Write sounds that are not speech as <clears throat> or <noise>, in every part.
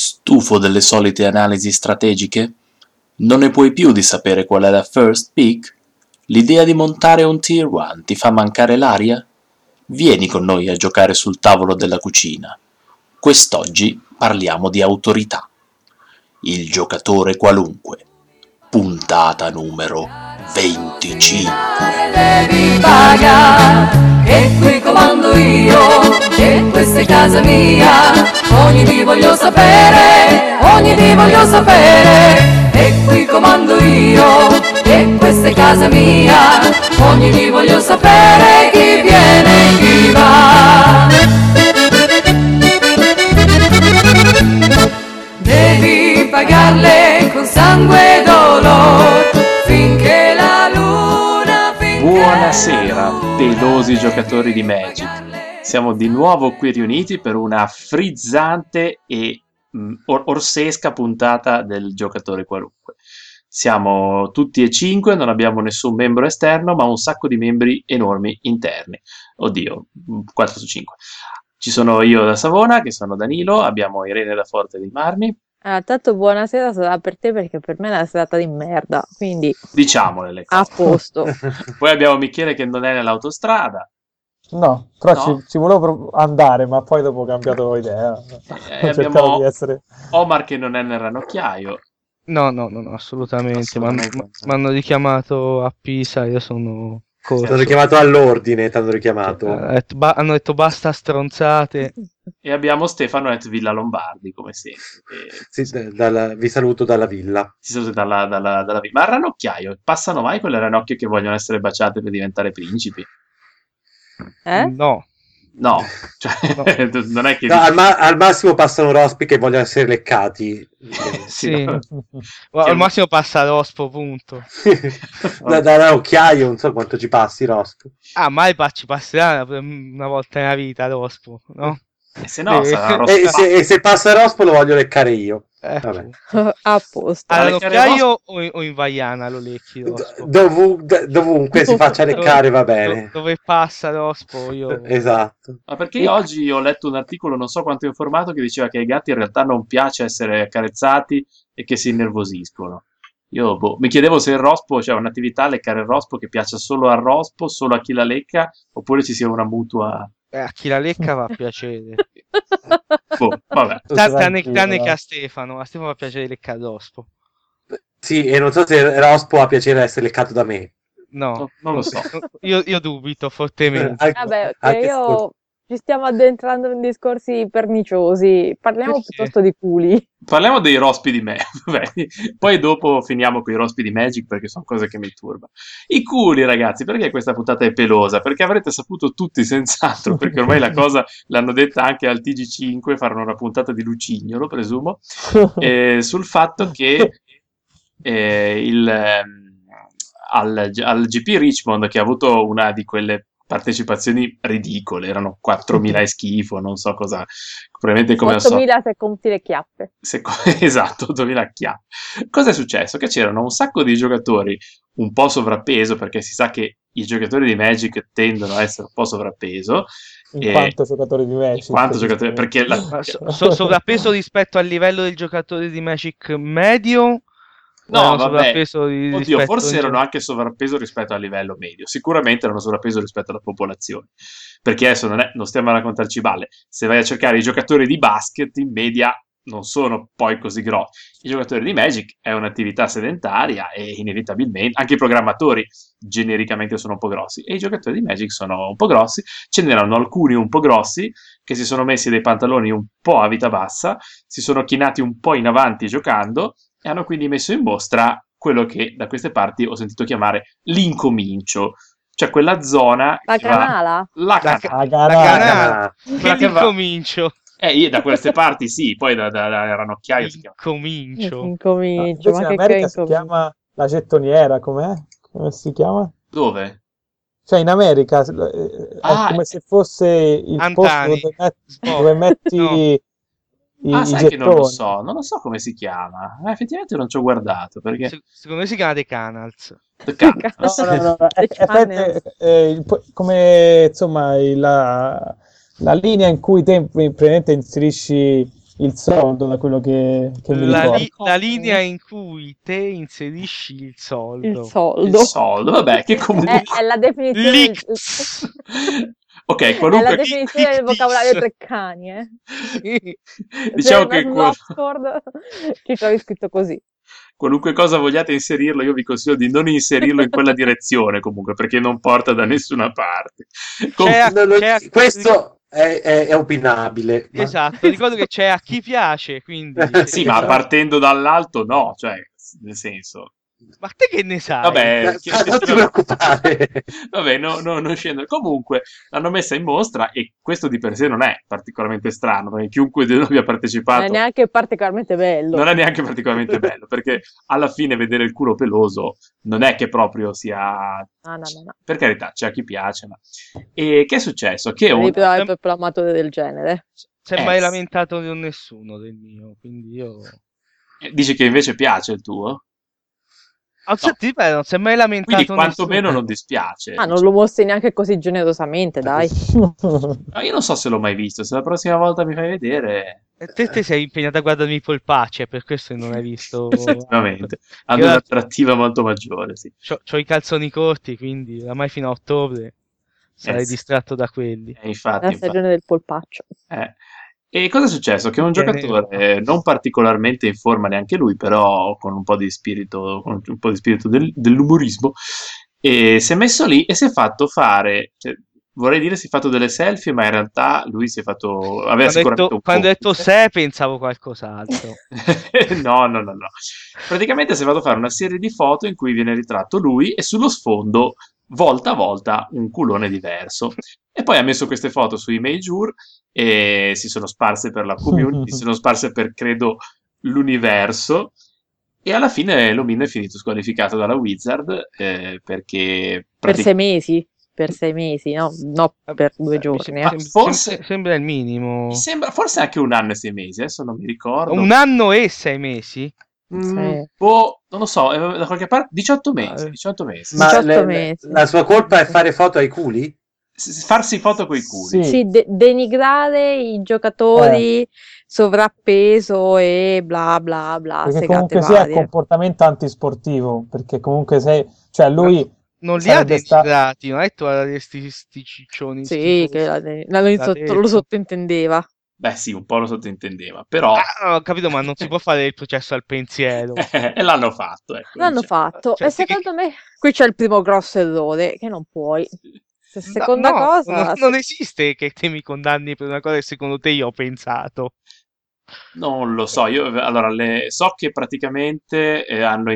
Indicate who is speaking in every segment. Speaker 1: stufo delle solite analisi strategiche? Non ne puoi più di sapere qual è la first pick? L'idea di montare un Tier 1 ti fa mancare l'aria? Vieni con noi a giocare sul tavolo della cucina. Quest'oggi parliamo di autorità. Il giocatore qualunque. Puntata numero 25.
Speaker 2: devi pagare e qui comando io e questa è casa mia ogni di voglio sapere ogni di voglio sapere e qui comando io e questa è casa mia ogni di voglio sapere chi viene e chi va devi pagarle con sangue e dolore finché la luna finché
Speaker 3: Buonasera, pelosi giocatori di
Speaker 2: Magic.
Speaker 3: Magic. Siamo di nuovo qui riuniti per una frizzante e mh, or- orsesca puntata del giocatore qualunque. Siamo tutti e cinque, non abbiamo nessun membro esterno, ma un sacco di membri enormi interni. Oddio, mh, 4 su 5. Ci sono io da Savona, che sono Danilo, abbiamo Irene da Forte dei Marmi.
Speaker 4: Ah, tanto buonasera sarà per te perché per me è una serata di merda, quindi
Speaker 3: Diciamole le
Speaker 4: a
Speaker 3: cose. <laughs>
Speaker 4: posto.
Speaker 3: Poi abbiamo Michele che non è nell'autostrada.
Speaker 5: No, però
Speaker 3: No.
Speaker 5: Ci, ci volevo pro- andare, ma poi dopo ho cambiato idea.
Speaker 3: Eh,
Speaker 5: <laughs> Cercavo di
Speaker 3: abbiamo
Speaker 5: essere...
Speaker 3: Omar che non è nel ranocchiaio.
Speaker 6: No, no, no, no, assolutamente. Mi
Speaker 3: Assolutamente.
Speaker 6: hanno richiamato a Pisa, io sono corso.
Speaker 7: Ti hanno richiamato all'ordine, ti hanno richiamato.
Speaker 6: Hanno detto, ba- hanno detto basta stronzate.
Speaker 3: E abbiamo Stefano at Villa Lombardi, come sempre. che
Speaker 7: Sì, d- dalla- vi saluto dalla villa.
Speaker 3: si sono dalla, dalla, dalla... Ma al ranocchiaio, passano mai quelle ranocchie che vogliono essere baciate per diventare principi?
Speaker 4: Eh?
Speaker 6: No,
Speaker 3: No, cioè, non è che...
Speaker 7: No, al, ma- al massimo passano rospi che vogliono essere
Speaker 6: <laughs>
Speaker 7: leccati.
Speaker 6: sì.
Speaker 3: no.
Speaker 6: Ma
Speaker 3: Che-
Speaker 6: Al massimo passa l'ospo, punto.
Speaker 7: da, da da occhiaio, non so quanto ci passi, rospo.
Speaker 6: Ah, mai pa- ci passerà una, una volta nella vita l'ospo, no?
Speaker 3: E se no,
Speaker 6: Sì.
Speaker 3: sarà
Speaker 6: Eh,
Speaker 7: E
Speaker 3: rossa.
Speaker 7: se, e se passa rospo lo voglio leccare io.
Speaker 6: Eh.
Speaker 7: Vabbè.
Speaker 4: <laughs> A posto.
Speaker 3: Ah,
Speaker 6: Alla
Speaker 3: leccare
Speaker 6: Nocchiaio o, in- o in Vaiana lo lecchi
Speaker 7: D-
Speaker 6: l'ospo?
Speaker 7: dovu- d- dovunque si
Speaker 6: <laughs>
Speaker 7: faccia leccare va bene.
Speaker 6: Do- Dove passa
Speaker 7: <laughs>
Speaker 6: l'ospo io...
Speaker 7: Esatto.
Speaker 3: Ma perché io oggi ho letto un articolo, non so quanto informato, che diceva che ai gatti in realtà non piace essere accarezzati e che si innervosiscono. Io boh, mi chiedevo se il rospo, c'è un'attività leccare il rospo che piaccia solo al rospo, solo a chi la lecca, oppure ci sia una mutua...
Speaker 6: Eh, a chi la lecca va a piacere.
Speaker 3: Boh, vabbè.
Speaker 6: <laughs> Ta- Tranne
Speaker 5: Tranquillo,
Speaker 6: tranne
Speaker 5: va.
Speaker 6: che a Stefano, a Stefano va a piacere leccare l'ospo.
Speaker 7: Sì, e non so se Rospo ha piacere di essere leccato da me.
Speaker 6: No.
Speaker 3: No, non lo so.
Speaker 6: <laughs> Io, io dubito
Speaker 7: Eh,
Speaker 6: fortemente.
Speaker 7: anche-
Speaker 4: <laughs> Vabbè, che
Speaker 7: anche
Speaker 4: io ci stiamo addentrando in discorsi perniciosi. Parliamo
Speaker 6: Perché?
Speaker 4: piuttosto di culi.
Speaker 3: Parliamo dei rospi di me. <laughs> vabbè. Poi dopo finiamo con i rospi di Magic perché sono cose che mi turba. I culi, ragazzi, perché questa puntata è pelosa? Perché avrete saputo tutti senz'altro, perché ormai la cosa l'hanno detta anche al TG5, faranno una puntata di Lucignolo, presumo, eh, sul fatto che eh, il, ehm, al, al GP Richmond, che ha avuto una di quelle partecipazioni ridicole, erano 4.000 e schifo, non so cosa, probabilmente come al solito.
Speaker 4: 8000 se conti le chiappe.
Speaker 3: Se- <laughs> esatto, 2000 chiappe. Cosa è successo? Che c'erano un sacco di giocatori un po' sovrappeso, perché si sa che i giocatori di Magic tendono a essere un po' sovrappeso,
Speaker 5: In
Speaker 3: eh,
Speaker 5: quanto giocatore di Magic.
Speaker 3: in quanto giocatore- perché la-
Speaker 6: Ma so- so- sovrappeso rispetto al livello del giocatore di Magic medio? o
Speaker 3: No,
Speaker 6: erano
Speaker 3: vabbè.
Speaker 6: sovrappeso di-
Speaker 3: Oddio,
Speaker 6: rispetto
Speaker 3: forse
Speaker 6: in
Speaker 3: erano
Speaker 6: generale?
Speaker 3: anche sovrappeso rispetto al livello medio, sicuramente erano sovrappeso rispetto alla popolazione. Perché adesso non, è- non stiamo a raccontarci balle. Se vai a cercare i giocatori di basket, in media non sono poi così grossi. I giocatori di Magic è un'attività sedentaria e inevitabilmente anche i programmatori genericamente sono un po' grossi e i giocatori di Magic sono un po' grossi. Ce n'erano alcuni un po' grossi che si sono messi dei pantaloni un po' a vita bassa, si sono chinati un po' in avanti giocando e hanno quindi messo in mostra quello che da queste parti ho sentito chiamare l'incomincio, cioè quella zona
Speaker 4: La
Speaker 3: che va-
Speaker 4: canala?
Speaker 3: la
Speaker 6: La
Speaker 3: cana-
Speaker 5: Ah,
Speaker 6: La
Speaker 5: carà.
Speaker 6: canale.
Speaker 7: Ah,
Speaker 3: quella
Speaker 6: Che
Speaker 3: che va-
Speaker 6: incomincio.
Speaker 3: Eh, io da queste parti sì, poi da, da, da Ranocchiaio si chiama.
Speaker 4: Eh,
Speaker 6: Incomincio.
Speaker 5: Ah,
Speaker 4: Incomincio,
Speaker 5: invece
Speaker 4: ma
Speaker 5: in
Speaker 4: che
Speaker 5: America si
Speaker 4: incomincio?
Speaker 5: chiama la gettoniera, com'è? Come si chiama?
Speaker 3: Dove?
Speaker 5: Cioè in America eh,
Speaker 3: Ah,
Speaker 5: è come se fosse il
Speaker 6: Antani.
Speaker 5: posto dove met-
Speaker 6: Sporco.
Speaker 3: <laughs>
Speaker 5: dove metti,
Speaker 6: No.
Speaker 5: i,
Speaker 3: ah,
Speaker 5: i
Speaker 3: sai che
Speaker 5: gettoni.
Speaker 3: non lo so, non lo so come si chiama. Eh, effettivamente non ci ho guardato
Speaker 4: <laughs>
Speaker 3: perché...
Speaker 6: Se- secondo me si chiama The Canals.
Speaker 3: The Cana-
Speaker 5: No, no, no, Eh, no, è-
Speaker 4: Le
Speaker 5: è-
Speaker 4: channel.
Speaker 5: è- eh, il po- come insomma il- la, la linea in cui te praticamente inserisci il soldo da quello che, che mi
Speaker 6: La,
Speaker 5: ricordo.
Speaker 6: li- la linea in cui te inserisci il soldo.
Speaker 5: Certo.
Speaker 4: Il Eh. soldo.
Speaker 3: Il soldo, vabbè,
Speaker 4: <laughs>
Speaker 3: che
Speaker 4: È,
Speaker 3: comunque...
Speaker 4: è la definizione, del-
Speaker 6: L'ix.
Speaker 3: ok,
Speaker 4: è la
Speaker 3: qualunque...
Speaker 4: definizione del vocabolario Treccani, eh.
Speaker 3: <laughs>
Speaker 4: Cioè,
Speaker 3: diciamo che
Speaker 4: Se vai su
Speaker 3: qual-
Speaker 4: <laughs> Oxford ci trovi scritto così.
Speaker 3: qualunque cosa vogliate inserirlo, io vi consiglio di non inserirlo in
Speaker 4: <laughs>
Speaker 3: quella direzione comunque, perché non porta da nessuna parte. Com-
Speaker 4: Cioè,
Speaker 6: C'è
Speaker 7: No,
Speaker 6: a-
Speaker 7: no,
Speaker 6: c'è a-
Speaker 7: questo è, è- è opinabile. ma-
Speaker 6: Esatto, ricordo che c'è a chi piace, quindi...
Speaker 3: <laughs> sì,
Speaker 4: esatto.
Speaker 3: ma partendo dall'alto no, cioè, nel senso...
Speaker 6: Ma te Eh, che ne sai?
Speaker 3: Vabbè, chi-
Speaker 7: Ma non ti preoccupare.
Speaker 3: Vabbè, no, no, non scendo. Comunque l'hanno messa in mostra e questo di per sé non è particolarmente strano, perché chiunque di noi abbia partecipato
Speaker 4: Non è neanche particolarmente bello.
Speaker 3: non è neanche particolarmente bello, perché alla fine vedere il culo peloso non è che proprio sia...
Speaker 4: Ah, No, no, no, no.
Speaker 3: Per carità, c'è a chi piace, ma... E che è successo? Che un-
Speaker 4: Ripeto, è proprio amato del genere.
Speaker 6: Si è
Speaker 3: Eh,
Speaker 6: mai
Speaker 3: sì.
Speaker 6: lamentato con nessuno del mio, quindi io...
Speaker 3: Eh, dici che invece piace il tuo?
Speaker 6: Ah, se- ti ripeto, non si è mai lamentato
Speaker 3: Quindi
Speaker 6: nessuno.
Speaker 3: quantomeno non dispiace.
Speaker 6: Ah,
Speaker 4: Ma Ah, non lo mostri neanche così generosamente, dai.
Speaker 5: <laughs>
Speaker 3: Ma io non so se l'ho mai visto, se la prossima volta mi fai vedere...
Speaker 6: E Te, te sei impegnata a guardarmi i polpacci, è per questo che non hai
Speaker 3: <laughs>
Speaker 6: visto...
Speaker 3: Effettivamente, hanno
Speaker 6: Io-
Speaker 3: un'attrattiva molto maggiore, sì.
Speaker 6: C'ho, c'ho i calzoni corti, quindi oramai fino a ottobre sarai
Speaker 3: Eh, sì.
Speaker 6: distratto da quelli.
Speaker 3: Eh, infatti,
Speaker 4: La
Speaker 3: infatti.
Speaker 4: stagione del polpaccio.
Speaker 3: Eh. E cosa è successo? Che un
Speaker 6: Bene.
Speaker 3: giocatore eh, non particolarmente in forma neanche lui, però con un po' di spirito, con un po' di spirito del- dell'umorismo, eh, si è messo lì e si è fatto fare, cioè, vorrei dire si è fatto delle selfie, ma in realtà lui si è fatto, aveva
Speaker 6: Quando ho
Speaker 3: sicuramente
Speaker 6: detto,
Speaker 3: un
Speaker 6: quando ho detto
Speaker 3: complice.
Speaker 6: se pensavo qualcos'altro.
Speaker 3: <laughs> No, no, no, no. Praticamente si è fatto fare una serie di foto in cui viene ritratto lui e sullo sfondo, volta a volta, un culone diverso. E poi ha messo queste foto sui Major e si sono sparse per la
Speaker 6: <laughs>
Speaker 3: community, si sono sparse per, credo, l'universo. E alla fine Lomin è finito squalificato dalla Wizard eh, perché...
Speaker 4: Per
Speaker 3: pratic-
Speaker 4: sei mesi? Per sei mesi, no? No, <laughs> per due
Speaker 6: Mi
Speaker 4: giorni.
Speaker 6: sem-
Speaker 4: eh.
Speaker 3: Ma
Speaker 6: sem-
Speaker 3: forse-
Speaker 6: sem- sembra il minimo.
Speaker 3: mi sembra forse anche un anno e sei mesi, adesso non mi ricordo.
Speaker 6: Un anno e sei mesi?
Speaker 3: Mm,
Speaker 4: Sì.
Speaker 3: boh, non lo so, eh, da qualche parte 18 mesi,
Speaker 6: Ah, eh.
Speaker 3: 18 mesi.
Speaker 7: Ma
Speaker 4: 18
Speaker 7: le-
Speaker 4: mesi.
Speaker 7: la sua colpa è fare foto ai culi?
Speaker 3: S- farsi foto coi culi.
Speaker 5: Sì.
Speaker 4: Sì, de- denigrare i giocatori,
Speaker 5: Eh.
Speaker 4: sovrappeso e bla bla bla,
Speaker 5: Perché
Speaker 4: segate
Speaker 5: comunque sia è
Speaker 4: varie.
Speaker 5: comportamento antisportivo, perché comunque sei... Cioè lui...
Speaker 6: Non li ha
Speaker 5: Sarebbe sta-
Speaker 6: denigrati, non è tu sti, sti ciccioni.
Speaker 4: Sì, che la- la- lo,
Speaker 6: L'ha
Speaker 4: sotto-
Speaker 6: detto.
Speaker 4: lo sottointendeva.
Speaker 3: Beh, sì, un po' lo sottointendeva, però <laughs>
Speaker 6: Ah, ho capito, ma non si può fare il processo al pensiero.
Speaker 4: Eh,
Speaker 3: eh, e l'hanno fatto, ecco,
Speaker 4: L'hanno
Speaker 3: dice.
Speaker 4: fatto.
Speaker 6: cioè,
Speaker 4: e
Speaker 6: sì che-
Speaker 4: secondo me qui c'è il primo grosso errore, che non puoi. Se- seconda
Speaker 6: No, no,
Speaker 4: cosa...
Speaker 6: non, non esiste che te mi condanni per una cosa che secondo te io ho pensato.
Speaker 3: Non lo so, io allora le- so che praticamente eh, hanno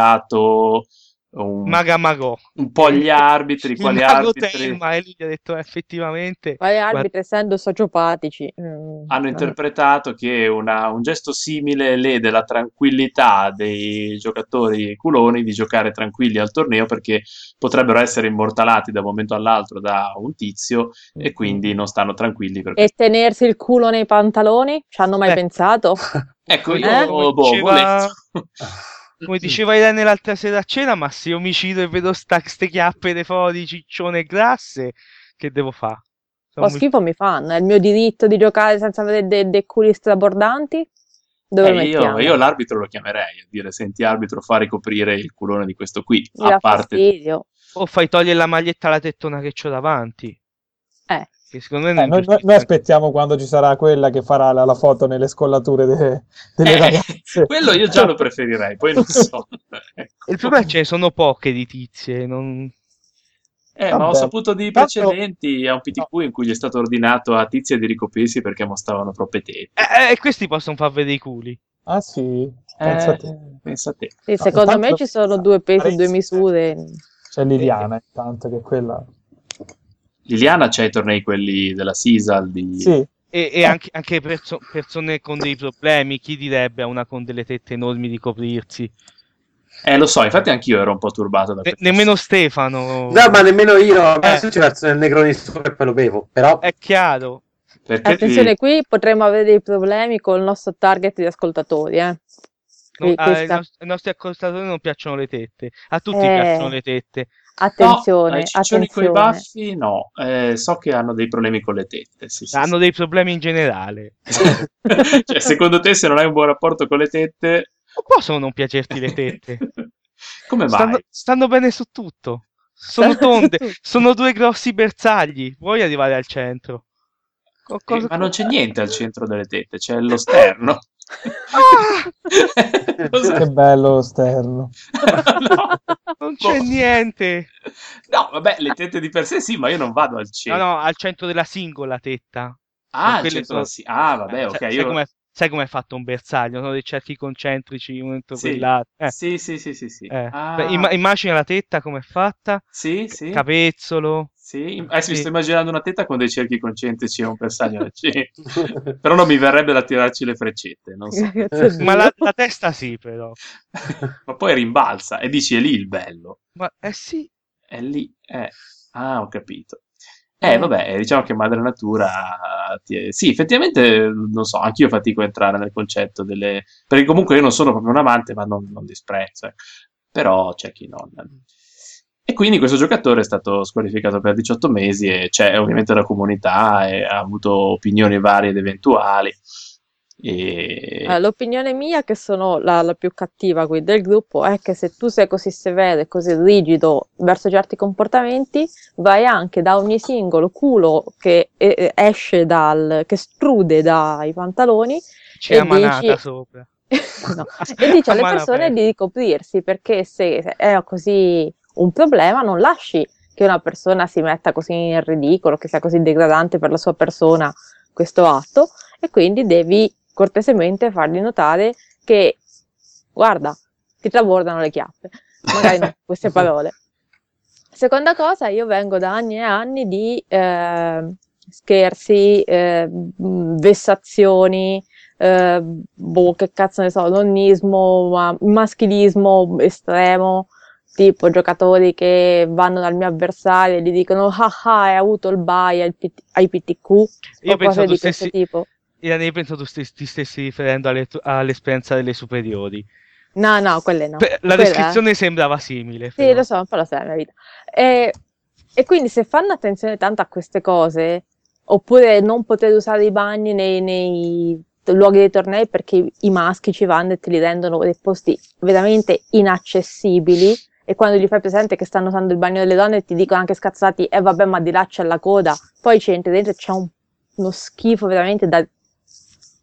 Speaker 3: interpellato
Speaker 5: Mm.
Speaker 3: un,
Speaker 6: Maga Magò.
Speaker 3: un po' gli arbitri,
Speaker 6: Il
Speaker 3: quali
Speaker 6: mago
Speaker 3: arbitri
Speaker 6: Telma, e lui gli ha detto eh, effettivamente
Speaker 4: Gli arbitri, essendo sociopatici, mm,
Speaker 3: hanno
Speaker 4: non-
Speaker 3: interpretato che una- un gesto simile lede la tranquillità dei giocatori culoni di giocare tranquilli al torneo perché potrebbero essere immortalati da un momento all'altro da un tizio
Speaker 6: Mm-hmm.
Speaker 3: e quindi non stanno tranquilli per
Speaker 4: E tenersi il culo nei pantaloni? Ci hanno mai
Speaker 6: Eh. <laughs>
Speaker 4: pensato?
Speaker 3: Ecco, io
Speaker 4: Eh?
Speaker 3: boh,
Speaker 6: Diceva-
Speaker 3: volevo- Eh,
Speaker 6: Come diceva Irene l'altra sera a cena, ma se io mi cito e vedo sta, ste chiappe fuori di ciccione e grasse, che devo fare?
Speaker 4: Lo schifo mi fanno, è il mio diritto di giocare senza avere dei dei culi strabordanti? Dove
Speaker 3: Eh,
Speaker 4: lo
Speaker 3: io,
Speaker 4: mettiamo?
Speaker 3: io l'arbitro lo chiamerei a dire: Senti, arbitro, fa ricoprire il culone di questo qui.
Speaker 4: Mi
Speaker 3: A
Speaker 4: dà
Speaker 3: parte,
Speaker 4: fastidio.
Speaker 6: O fai togliere la maglietta alla tettona che c'ho davanti.
Speaker 4: Eh.
Speaker 6: Che secondo me
Speaker 3: Ah,
Speaker 5: Eh,
Speaker 6: non
Speaker 5: noi, noi- noi aspettiamo quando ci sarà quella che farà la, la foto nelle scollature de- delle
Speaker 3: <laughs> Eh,
Speaker 5: ragazze.
Speaker 3: quello io già lo preferirei. Poi non so. Ecco.
Speaker 6: Il problema è che ce ne sono poche di tizie. Non...
Speaker 3: Eh, ma ho
Speaker 5: Vabbè.
Speaker 3: saputo di
Speaker 5: Tanto-
Speaker 3: precedenti a un PTQ in cui gli è stato ordinato a tizia di ricoprirsi perché mostravano troppe tette.
Speaker 6: Eh, eh, questi possono far vedere i culi.
Speaker 5: Ah sì, pensa a te.
Speaker 3: Eh, pensa a te.
Speaker 4: Sì,
Speaker 5: No,
Speaker 4: secondo me
Speaker 5: intanto-
Speaker 4: ci sono due pesi e due
Speaker 5: Parenzo-
Speaker 4: misure.
Speaker 5: C'è Liliana intanto che quella...
Speaker 3: Liliana c'è i tornei quelli della Sisal di...
Speaker 5: Sì,
Speaker 6: E, e anche, anche perso- persone con dei problemi, chi direbbe a una con delle tette enormi di coprirsi?
Speaker 3: Eh, lo so, infatti anch'io ero un po' turbato da
Speaker 6: Ne-
Speaker 3: questo.
Speaker 6: nemmeno Stefano.
Speaker 7: No, ma nemmeno io. a me
Speaker 6: Oh. Eh.
Speaker 7: se ci verso nel negroni su e poi lo bevo. Però
Speaker 6: È chiaro.
Speaker 3: Perché
Speaker 4: Eh, Attenzione, qui potremmo avere dei problemi con il nostro target di ascoltatori. Eh.
Speaker 6: No,
Speaker 4: Qui-
Speaker 6: ai
Speaker 3: ah,
Speaker 4: questa-
Speaker 3: esatto.
Speaker 6: nos- ai nostri accostatori non piacciono le tette. A tutti
Speaker 4: Eh.
Speaker 6: piacciono le tette.
Speaker 4: Attenzione,
Speaker 3: no, i ciccioni con i
Speaker 4: attenzione.
Speaker 3: baffi no, Eh, so che hanno dei problemi con le tette. Sì, sì, <laughs>
Speaker 6: Hanno
Speaker 3: sì.
Speaker 6: dei problemi in generale.
Speaker 4: <laughs>
Speaker 3: <laughs> Cioè, secondo te se non hai un buon rapporto con le tette...
Speaker 6: Non possono non piacerti le
Speaker 3: <laughs>
Speaker 6: tette.
Speaker 3: Come mai?
Speaker 6: Stanno, stanno bene su tutto. Sono
Speaker 4: Stanno-
Speaker 6: tonde, sono due grossi bersagli. Vuoi arrivare al centro? Ah, Co- cosa-
Speaker 3: Eh, Ma non c'è niente al centro delle tette, c'è lo
Speaker 6: <laughs>
Speaker 3: sterno.
Speaker 6: Ah,
Speaker 5: Che
Speaker 3: Cosa-
Speaker 5: bello lo sterno.
Speaker 3: No.
Speaker 6: non c'è
Speaker 3: Boh.
Speaker 6: niente.
Speaker 3: No, vabbè, le tette di per sé sì, ma io non vado al
Speaker 6: No,
Speaker 3: centro.
Speaker 6: no, al centro della singola tetta.
Speaker 3: ah, al
Speaker 6: quelle
Speaker 3: centro
Speaker 6: sono-
Speaker 3: sì. Ah, vabbè,
Speaker 6: Eh,
Speaker 3: ok.
Speaker 6: sai,
Speaker 3: io-
Speaker 6: sai com'è, sai com'è fatto un bersaglio? Sono dei cerchi concentrici uno dentro
Speaker 3: Sì.
Speaker 6: quell'altro. Eh,
Speaker 3: Sì, sì, sì, sì, sì.
Speaker 6: eh.
Speaker 3: Ah,
Speaker 6: Beh, imma- immagina la tetta com'è fatta,
Speaker 3: sì, sì.
Speaker 6: capezzolo.
Speaker 3: Sì, adesso mi
Speaker 6: Sì.
Speaker 3: sto immaginando una tetta con dei cerchi concentrici e un bersaglio al centro.
Speaker 6: <laughs>
Speaker 3: Però non mi verrebbe da tirarci le freccette, non
Speaker 4: <laughs>
Speaker 3: so. <laughs>
Speaker 4: Grazie a
Speaker 6: Ma la,
Speaker 4: Dio.
Speaker 6: la testa sì, però.
Speaker 3: Ma poi rimbalza e dici è lì il bello.
Speaker 6: Ma eh sì,
Speaker 3: È lì. eh. Ah, ho capito. Eh, vabbè, diciamo che madre natura... ti- Sì, effettivamente, non so, anch'io fatico a entrare nel concetto delle... Perché comunque io non sono proprio un amante, ma non, non disprezzo. ecco. Però c'è chi non... E quindi questo giocatore è stato squalificato per 18 mesi e c'è ovviamente la comunità e ha avuto opinioni varie ed eventuali. E...
Speaker 4: Eh, L'opinione mia, che sono la, la più cattiva qui del gruppo, è che se tu sei così severo e così rigido verso certi comportamenti, vai anche da ogni singolo culo che eh, esce dal, che strude dai pantaloni
Speaker 6: c'è la
Speaker 4: E dici-
Speaker 6: manata sopra.
Speaker 4: No. e dice alle
Speaker 6: A mano
Speaker 4: persone
Speaker 6: aperta.
Speaker 4: di ricoprirsi perché se se è così un problema non lasci che una persona si metta così in ridicolo, che sia così degradante per la sua persona questo atto e quindi devi cortesemente fargli notare che guarda, ti trabordano le chiappe, magari non queste parole. Seconda cosa, io vengo da anni e anni di eh, scherzi, eh, mh, vessazioni, eh, boh, che cazzo ne so, nonnismo, ma- maschilismo estremo, tipo giocatori che vanno dal mio avversario e gli dicono ah ah, hai avuto il bye ai, PT ai PTQ
Speaker 6: Io
Speaker 4: o cose
Speaker 6: penso tu
Speaker 4: di questo
Speaker 6: stessi,
Speaker 4: tipo.
Speaker 6: io ne penso tu stessi, ti stessi riferendo alle tu- all'esperienza delle superiori.
Speaker 4: No, no, quelle no.
Speaker 6: Per- la
Speaker 4: Quella, eh.
Speaker 6: descrizione sembrava simile.
Speaker 4: Sì,
Speaker 6: però.
Speaker 4: lo so, un po' lo sai la vita. E, e quindi se fanno attenzione tanto a queste cose, oppure non poter usare i bagni nei, nei luoghi dei tornei perché i- i maschi ci vanno e te li rendono dei posti veramente inaccessibili, e quando gli fai presente che stanno usando il bagno delle donne ti dicono anche scazzati, eh vabbè ma di là c'è la coda, poi ci entri dentro e c'è un- uno schifo veramente da,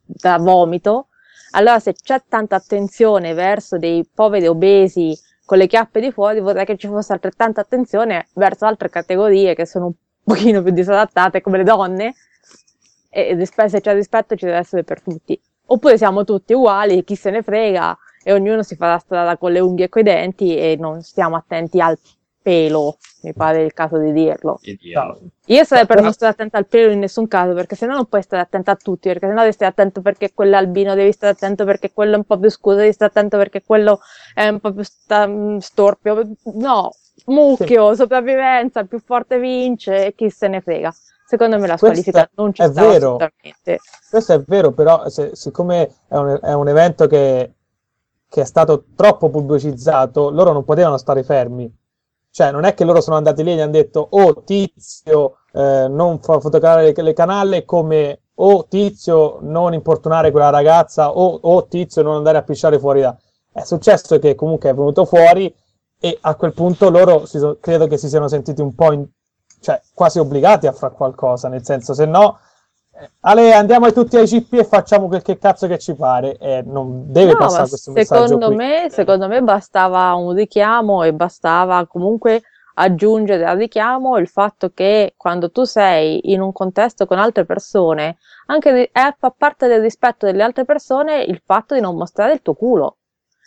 Speaker 4: da vomito, allora se c'è tanta attenzione verso dei poveri obesi con le chiappe di fuori, vorrei che ci fosse altrettanta attenzione verso altre categorie che sono un pochino più disadattate, come le donne, e e rispe- se c'è cioè, rispetto ci deve essere per tutti. Oppure siamo tutti uguali, chi se ne frega, e ognuno si fa la strada con le unghie e coi denti e non stiamo attenti al pelo, mi pare il caso di dirlo.
Speaker 3: e dirlo.
Speaker 4: Io sarei per
Speaker 5: Però-
Speaker 4: non stare attento al pelo in nessun caso, perché sennò non puoi stare attento a tutti, perché sennò devi stare attento perché quello è albino, devi stare attento perché quello è un po' più scuro, devi stare attento perché quello è un po' più sta- mh, storpio. No, mucchio, sopravvivenza, il più forte vince e chi se ne frega. Secondo me la
Speaker 5: Questa
Speaker 4: squalifica non ci
Speaker 5: è
Speaker 4: stava
Speaker 5: vero.
Speaker 4: assolutamente.
Speaker 5: Questo è vero, però se- siccome è un, è un evento che, che è stato troppo pubblicizzato, loro non potevano stare fermi. Cioè, non è che loro sono andati lì e gli hanno detto, oh tizio, eh, non fa fotografare le, le canale come, oh tizio, non importunare quella ragazza, o oh tizio, non andare a pisciare fuori da... È successo che comunque è venuto fuori e a quel punto loro si so- credo che si siano sentiti un po' in- cioè, quasi obbligati a fare qualcosa, nel senso, se no... eh, Ale, andiamo tutti ai CP e facciamo quel che cazzo che ci pare. Eh, non deve
Speaker 4: No, ma
Speaker 5: passare questo messaggio
Speaker 4: secondo
Speaker 5: qui.
Speaker 4: me, secondo me bastava un richiamo e bastava comunque aggiungere al richiamo il fatto che quando tu sei in un contesto con altre persone, anche ri- eh, fa parte del rispetto delle altre persone il fatto di non mostrare il tuo culo.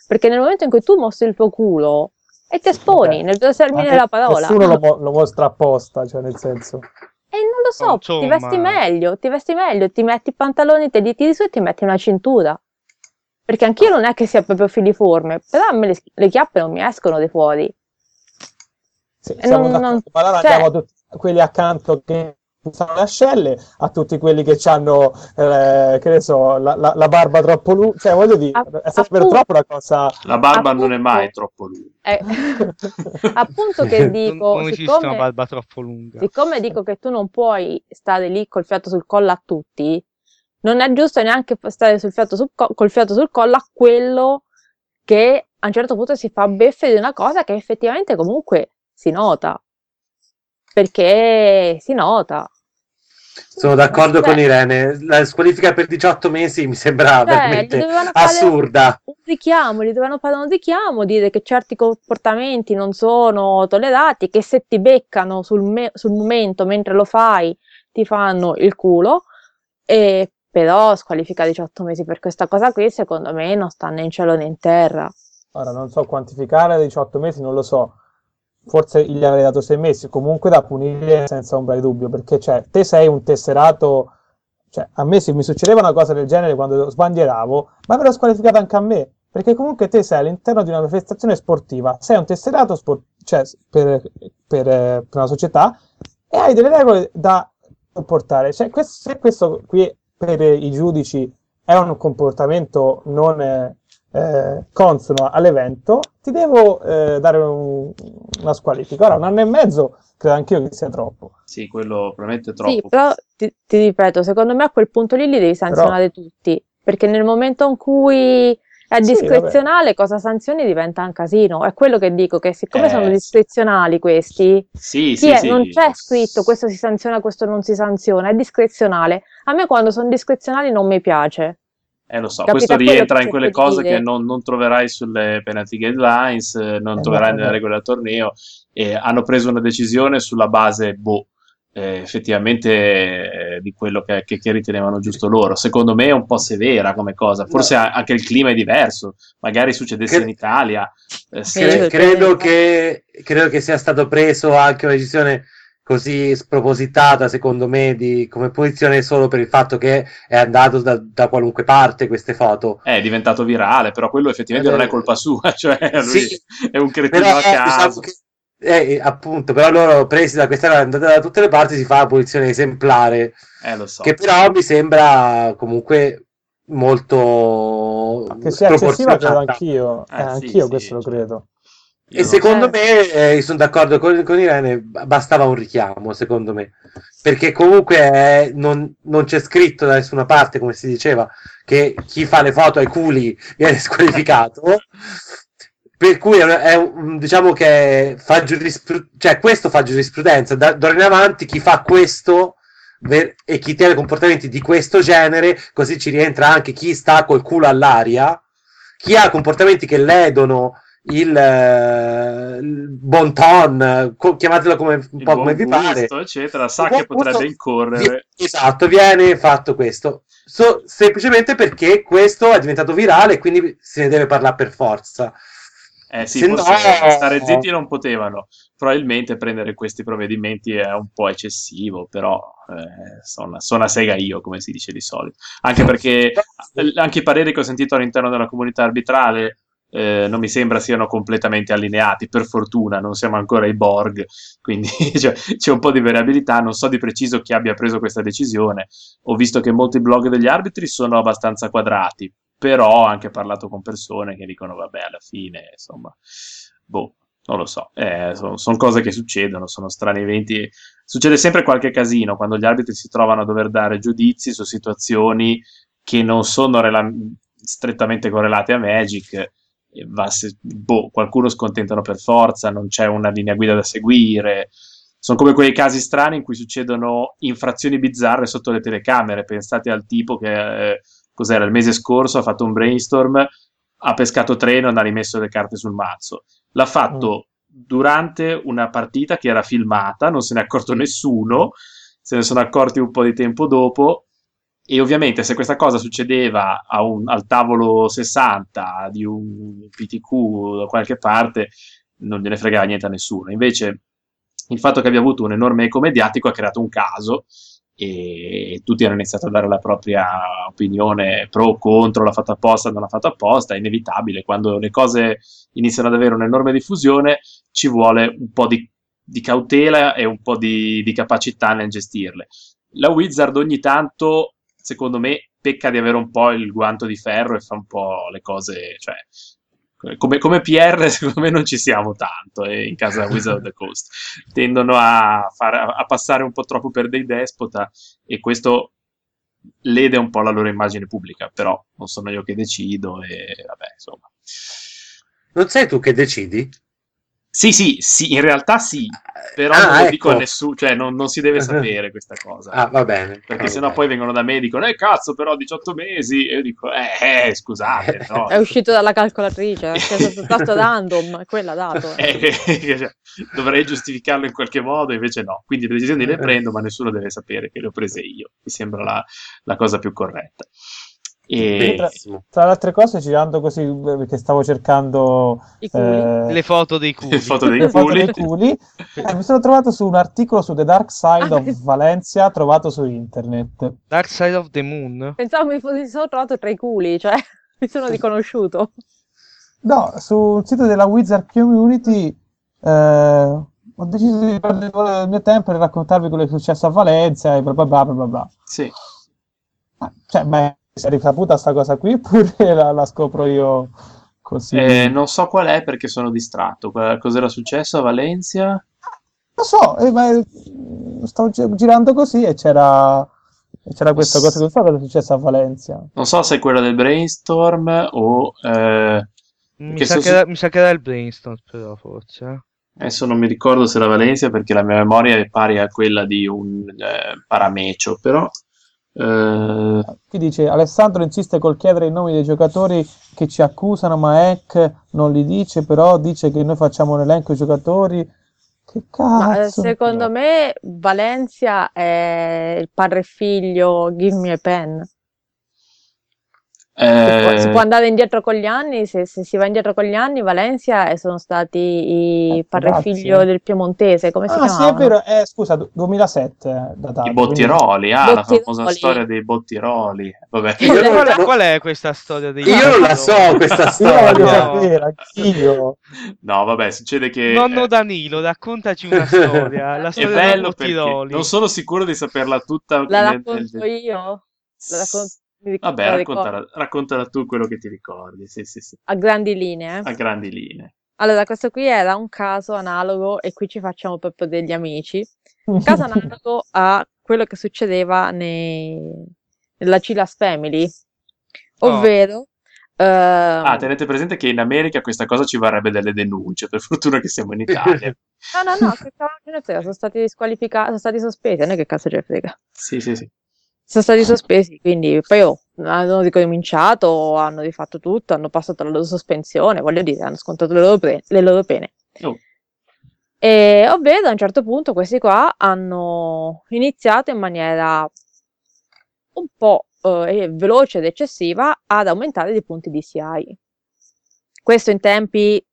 Speaker 4: Perché nel momento in cui tu mostri il tuo culo e ti esponi
Speaker 5: Vabbè,
Speaker 4: nel vero termine
Speaker 5: Ma
Speaker 4: della
Speaker 5: ne-
Speaker 4: parola,
Speaker 5: Nessuno lo, mo- lo mostra apposta, cioè nel senso.
Speaker 4: e non lo so, ti
Speaker 6: Oh, Insomma.
Speaker 4: vesti meglio, ti vesti meglio, ti metti i pantaloni, te li tiri su e ti metti una cintura. Perché anch'io non è che sia proprio filiforme, però a me le, le chiappe non mi escono di fuori.
Speaker 5: Sì,
Speaker 4: Eh,
Speaker 5: siamo
Speaker 4: non-
Speaker 5: d'accordo.
Speaker 4: Eh, non-
Speaker 5: Ma allora
Speaker 4: cioè-
Speaker 5: andiamo a tutti quelli accanto che puttane ascelle, a tutti quelli che hanno, che ne so, la, la- la barba troppo lunga. Cioè, voglio dire,
Speaker 4: A-
Speaker 5: è sempre
Speaker 4: appunto.
Speaker 5: troppo una cosa...
Speaker 3: La barba non è
Speaker 4: Appunto.
Speaker 3: mai troppo lunga.
Speaker 4: Eh, <laughs> appunto che dico,
Speaker 6: non, non esiste
Speaker 4: siccome,
Speaker 6: una barba troppo lunga.
Speaker 4: siccome dico che tu non puoi stare lì col fiato sul collo a tutti, non è giusto neanche stare sul fiato sul co- col fiato sul collo a quello che a un certo punto si fa beffe di una cosa che effettivamente comunque si nota. Perché si nota.
Speaker 7: <laughs> Sono d'accordo
Speaker 4: Beh.
Speaker 7: con Irene. La squalifica per 18 mesi mi sembra
Speaker 4: Cioè, gli
Speaker 7: veramente
Speaker 4: dovevano fare
Speaker 7: assurda.
Speaker 4: un richiamo, gli dovevano fare un richiamo, dire che certi comportamenti non sono tollerati, che se ti beccano sul, me- sul momento mentre lo fai ti fanno il culo, e però squalifica 18 mesi per questa cosa qui, secondo me non sta né in cielo né in terra.
Speaker 5: Ora non so quantificare 18 mesi, non lo so. Forse gli avrei dato 6 mesi, comunque da punire senza ombra di dubbio, perché cioè, te sei un tesserato, cioè a me se mi succedeva una cosa del genere quando sbandieravo, ma me l'ho squalificata anche a me, perché comunque te sei all'interno di una manifestazione sportiva, sei un tesserato spor- cioè, per, per, eh, per una società e hai delle regole da comportare. Cioè, questo, se questo qui per i giudici è un comportamento non... eh, eh, consono all'evento, ti devo eh, dare un- una squalifica. Ora, un anno e mezzo credo anch'io che sia troppo.
Speaker 3: Sì, quello probabilmente è
Speaker 4: Sì,
Speaker 3: troppo.
Speaker 4: però ti, ti ripeto, secondo me a quel punto lì li devi sanzionare tutti, perché nel momento in cui è
Speaker 5: Sì,
Speaker 4: discrezionale cosa sanzioni diventa un casino. È quello che dico, che siccome
Speaker 3: Eh,
Speaker 4: sono
Speaker 3: sì.
Speaker 4: discrezionali questi,
Speaker 3: Sì,
Speaker 4: Sì,
Speaker 3: sì,
Speaker 4: eh,
Speaker 3: sì.
Speaker 4: non c'è scritto questo si sanziona, questo non si sanziona, è discrezionale. A me quando sono discrezionali non mi piace.
Speaker 3: Eh, lo so, questo
Speaker 4: Capito, è quello
Speaker 3: rientra
Speaker 4: che
Speaker 3: in quelle
Speaker 4: cerco di
Speaker 3: cose
Speaker 4: dire.
Speaker 3: che non, non troverai sulle penalty guidelines, eh, non
Speaker 5: Eh,
Speaker 3: troverai
Speaker 5: no,
Speaker 3: nelle
Speaker 5: no.
Speaker 3: regole del torneo. E hanno preso una decisione sulla base, boh, eh, effettivamente eh, di quello che, che- che ritenevano giusto loro. Secondo me è un po' severa come cosa, forse a- anche il clima è diverso, magari succedesse
Speaker 7: Che-
Speaker 3: in Italia. eh, sì.
Speaker 4: Sì,
Speaker 7: Cre-
Speaker 4: perché-
Speaker 7: credo, che, credo che sia stato preso anche una decisione così spropositata, secondo me, di, come punizione solo per il fatto che è andato da, da qualunque parte queste foto.
Speaker 3: È diventato virale, però quello effettivamente non è colpa sua, <laughs> cioè lui
Speaker 7: Eh, Sì,
Speaker 3: è un cretino
Speaker 7: però
Speaker 3: a
Speaker 7: eh,
Speaker 3: caso.
Speaker 7: diciamo che- eh, appunto, però loro presi da questa andata da tutte le parti si fa la punizione esemplare,
Speaker 3: Eh, lo so.
Speaker 7: che però mi sembra comunque molto
Speaker 5: Che sia eccessiva, credo
Speaker 7: sproporzionata.
Speaker 5: anch'io.
Speaker 3: Eh,
Speaker 5: Eh,
Speaker 3: sì,
Speaker 5: anch'io
Speaker 3: sì,
Speaker 5: questo lo
Speaker 3: certo.
Speaker 5: credo.
Speaker 3: Io
Speaker 7: E
Speaker 3: non so.
Speaker 7: secondo me, eh, io sono d'accordo con, con Irene, ba- bastava un richiamo, secondo me, perché comunque eh, non, non c'è scritto da nessuna parte, come si diceva, che chi fa le foto ai culi viene <laughs> squalificato. Per cui è, è un- diciamo che fa giurispru- cioè questo fa giurisprudenza, da, d'ora in avanti chi fa questo ver- e chi tiene comportamenti di questo genere, così ci rientra anche chi sta col culo all'aria, chi ha comportamenti che ledono il, eh, il bon ton, eh, co- chiamatelo come, un
Speaker 3: il
Speaker 7: po'
Speaker 3: buon
Speaker 7: come vi pare.
Speaker 3: gusto, eccetera, sa
Speaker 7: Il buon
Speaker 3: che potrebbe
Speaker 7: gusto-
Speaker 3: incorrere.
Speaker 7: vi- esatto, viene fatto questo. So- semplicemente perché questo è diventato virale e quindi se ne deve parlare per forza.
Speaker 3: Eh sì,
Speaker 7: Se no-
Speaker 3: forse stare zitti non potevano. Probabilmente prendere questi provvedimenti è un po' eccessivo, però eh, sono, sono a sega io, come si dice di solito. Anche
Speaker 7: <laughs>
Speaker 3: perché eh, anche i pareri che ho sentito all'interno della comunità arbitrale eh, non mi sembra siano completamente allineati. Per fortuna, non siamo ancora i Borg, quindi <laughs> cioè, c'è un po' di variabilità. Non so di preciso chi abbia preso questa decisione. Ho visto che molti blog degli arbitri sono abbastanza quadrati però ho anche parlato con persone che dicono vabbè alla fine insomma boh non lo so sono cose che succedono sono strani eventi succede sempre qualche casino quando gli arbitri si trovano a dover dare giudizi su situazioni che non sono rela- strettamente correlate a Magic e va se- boh, qualcuno scontentano per forza non c'è una linea guida da seguire sono come quei casi strani in cui succedono infrazioni bizzarre sotto le telecamere pensate al tipo che eh, cos'era il mese scorso, ha fatto un brainstorm, ha pescato tre, non ha rimesso le carte sul mazzo. L'ha fatto durante una partita che era filmata, non se ne è accorto nessuno, se ne sono accorti un po' di tempo dopo. E ovviamente se questa cosa succedeva a un- al tavolo 60 di un PTQ da qualche parte, non gliene fregava niente a nessuno. Invece il fatto che abbia avuto un enorme eco mediatico ha creato un caso e tutti hanno iniziato a dare la propria opinione pro o contro, l'ha fatto apposta, non l'ha fatto apposta, è inevitabile, quando le cose iniziano ad avere un'enorme diffusione ci vuole un po' di di cautela e un po' di, di capacità nel gestirle. La Wizard ogni tanto, secondo me, pecca di avere un po' il guanto di ferro e fa un po' le cose, cioè, come, come PR <laughs> secondo me non ci siamo tanto eh, in casa Wizard of the Coast tendono a, far- a passare un po' troppo per dei despota e questo lede un po' la loro immagine pubblica però non sono io che decido e vabbè insomma
Speaker 7: Non sei tu che decidi?
Speaker 3: sì sì, sì in realtà sì però
Speaker 7: Ah,
Speaker 3: non lo
Speaker 7: ecco.
Speaker 3: dico a nessuno cioè non, non si
Speaker 7: <laughs>
Speaker 3: deve sapere questa cosa
Speaker 7: Ah, va bene.
Speaker 3: perché
Speaker 7: Ah,
Speaker 5: Eh,
Speaker 3: sennò
Speaker 7: va
Speaker 3: poi
Speaker 7: bene.
Speaker 3: vengono da me e dicono eh cazzo però 18 mesi e io dico eh, eh,
Speaker 5: <laughs>
Speaker 3: scusate no,
Speaker 4: È uscito dalla calcolatrice, è <laughs> stato random, quella ha dato. eh.
Speaker 3: Eh, <laughs> cioè, dovrei giustificarlo in qualche modo, invece no. Quindi le decisioni
Speaker 5: Eh.
Speaker 3: le prendo, ma nessuno deve sapere che le ho prese io. Mi sembra la, la cosa più corretta. E... <laughs>
Speaker 7: Benissimo.
Speaker 5: Tra le altre cose, girando così, eh, perché stavo cercando
Speaker 4: I culi.
Speaker 5: eh,
Speaker 6: Le foto dei culi.
Speaker 3: Le foto dei
Speaker 5: le foto
Speaker 3: culi.
Speaker 5: dei culi, eh, mi sono trovato su un articolo su The Dark Side
Speaker 4: Ah.
Speaker 5: of Valencia trovato su internet.
Speaker 6: Dark Side of the Moon.
Speaker 4: Pensavo mi fossi sono trovato tra i culi, cioè <laughs> mi sono riconosciuto.
Speaker 5: No, sul sito della Wizard Community eh, ho deciso di perdere il mio tempo per raccontarvi quello che è successo a Valencia e bla bla bla bla bla bla.
Speaker 3: Sì.
Speaker 5: Ma, Cioè, ma si è risaputa sta cosa qui <laughs> oppure la, la scopro io così?
Speaker 3: Eh, non so qual è perché sono distratto. Qua- Cos'era successo a Valencia?
Speaker 5: Lo so, eh, ma eh, stavo gi- girando così e c'era, e c'era questa cosa. Non so cosa è successo a Valencia.
Speaker 3: Non so se è quella del brainstorm o... eh,
Speaker 6: Mi
Speaker 3: Perché
Speaker 6: sa,
Speaker 3: se-
Speaker 6: che era, mi sa che era il Brainstorm, però forse. eh.
Speaker 3: Adesso non mi ricordo se era Valencia perché la mia memoria è pari a quella di un eh, paramecio, però... eh,
Speaker 5: Qui dice Alessandro insiste col chiedere i nomi dei giocatori che ci accusano, ma Eck non li dice, però dice che noi facciamo un elenco di giocatori. Che
Speaker 4: Ma eh,
Speaker 5: cazzo?
Speaker 4: secondo me Valencia è il padre e figlio Give Me a Pen. Si può, si
Speaker 3: eh,
Speaker 4: può andare indietro con gli anni, se, se si va indietro con gli anni, Valencia e sono stati i
Speaker 5: Eh,
Speaker 4: padre e
Speaker 5: grazie.
Speaker 4: figlio del Piemontese, come si
Speaker 5: Ah, sì, è
Speaker 4: chiamavano?
Speaker 5: vero, eh, scusa, du- 2007 eh, datato,
Speaker 3: I bottiroli, ah, la
Speaker 4: Bottiroli.
Speaker 3: famosa storia dei bottiroli. Vabbè,
Speaker 7: Io non
Speaker 6: Qual,
Speaker 7: la-
Speaker 6: è, qual è questa storia dei
Speaker 7: Io non la so questa
Speaker 5: quindi- Io la voglio
Speaker 6: No.
Speaker 7: storia.
Speaker 5: sapere, anch'io.
Speaker 3: no, vabbè, succede che
Speaker 6: Nonno
Speaker 3: eh,
Speaker 6: Danilo,
Speaker 3: <laughs>
Speaker 6: raccontaci una storia. La
Speaker 3: è
Speaker 6: storia dei
Speaker 3: bello perché
Speaker 6: Bottiroli.
Speaker 3: non sono sicuro di saperla tutta.
Speaker 4: La
Speaker 3: nel-
Speaker 4: racconto
Speaker 3: nel-
Speaker 4: io? La raccon- mi ric-
Speaker 3: Vabbè,
Speaker 4: la
Speaker 3: raccontala,
Speaker 4: ricordo
Speaker 3: raccontala tu quello che ti ricordi, sì, sì, sì,
Speaker 4: a grandi linee. eh.
Speaker 3: a grandi linee.
Speaker 4: Allora, questo qui era un caso analogo e qui ci facciamo proprio degli amici. Un caso analogo a quello che succedeva nei... nella Cilas Family,
Speaker 6: Oh.
Speaker 4: ovvero ehm,
Speaker 3: Ah, tenete presente che in America questa cosa ci varrebbe delle denunce, per fortuna che siamo in
Speaker 4: <laughs>
Speaker 3: Italia.
Speaker 4: No, no, no, che cavolo ce ne frega, sono stati squalificati, sono stati sospesi, a noi che cazzo ce ne frega.
Speaker 3: sì, sì, sì.
Speaker 4: Sono stati sospesi, quindi poi oh, hanno ricominciato, hanno rifatto tutto, hanno passato la loro sospensione, voglio dire, hanno scontato le loro, pre- le loro pene.
Speaker 3: Oh.
Speaker 4: E ovvero a un certo punto questi qua hanno iniziato in maniera un po' eh, veloce ed eccessiva ad aumentare dei punti di CI. Questo in tempi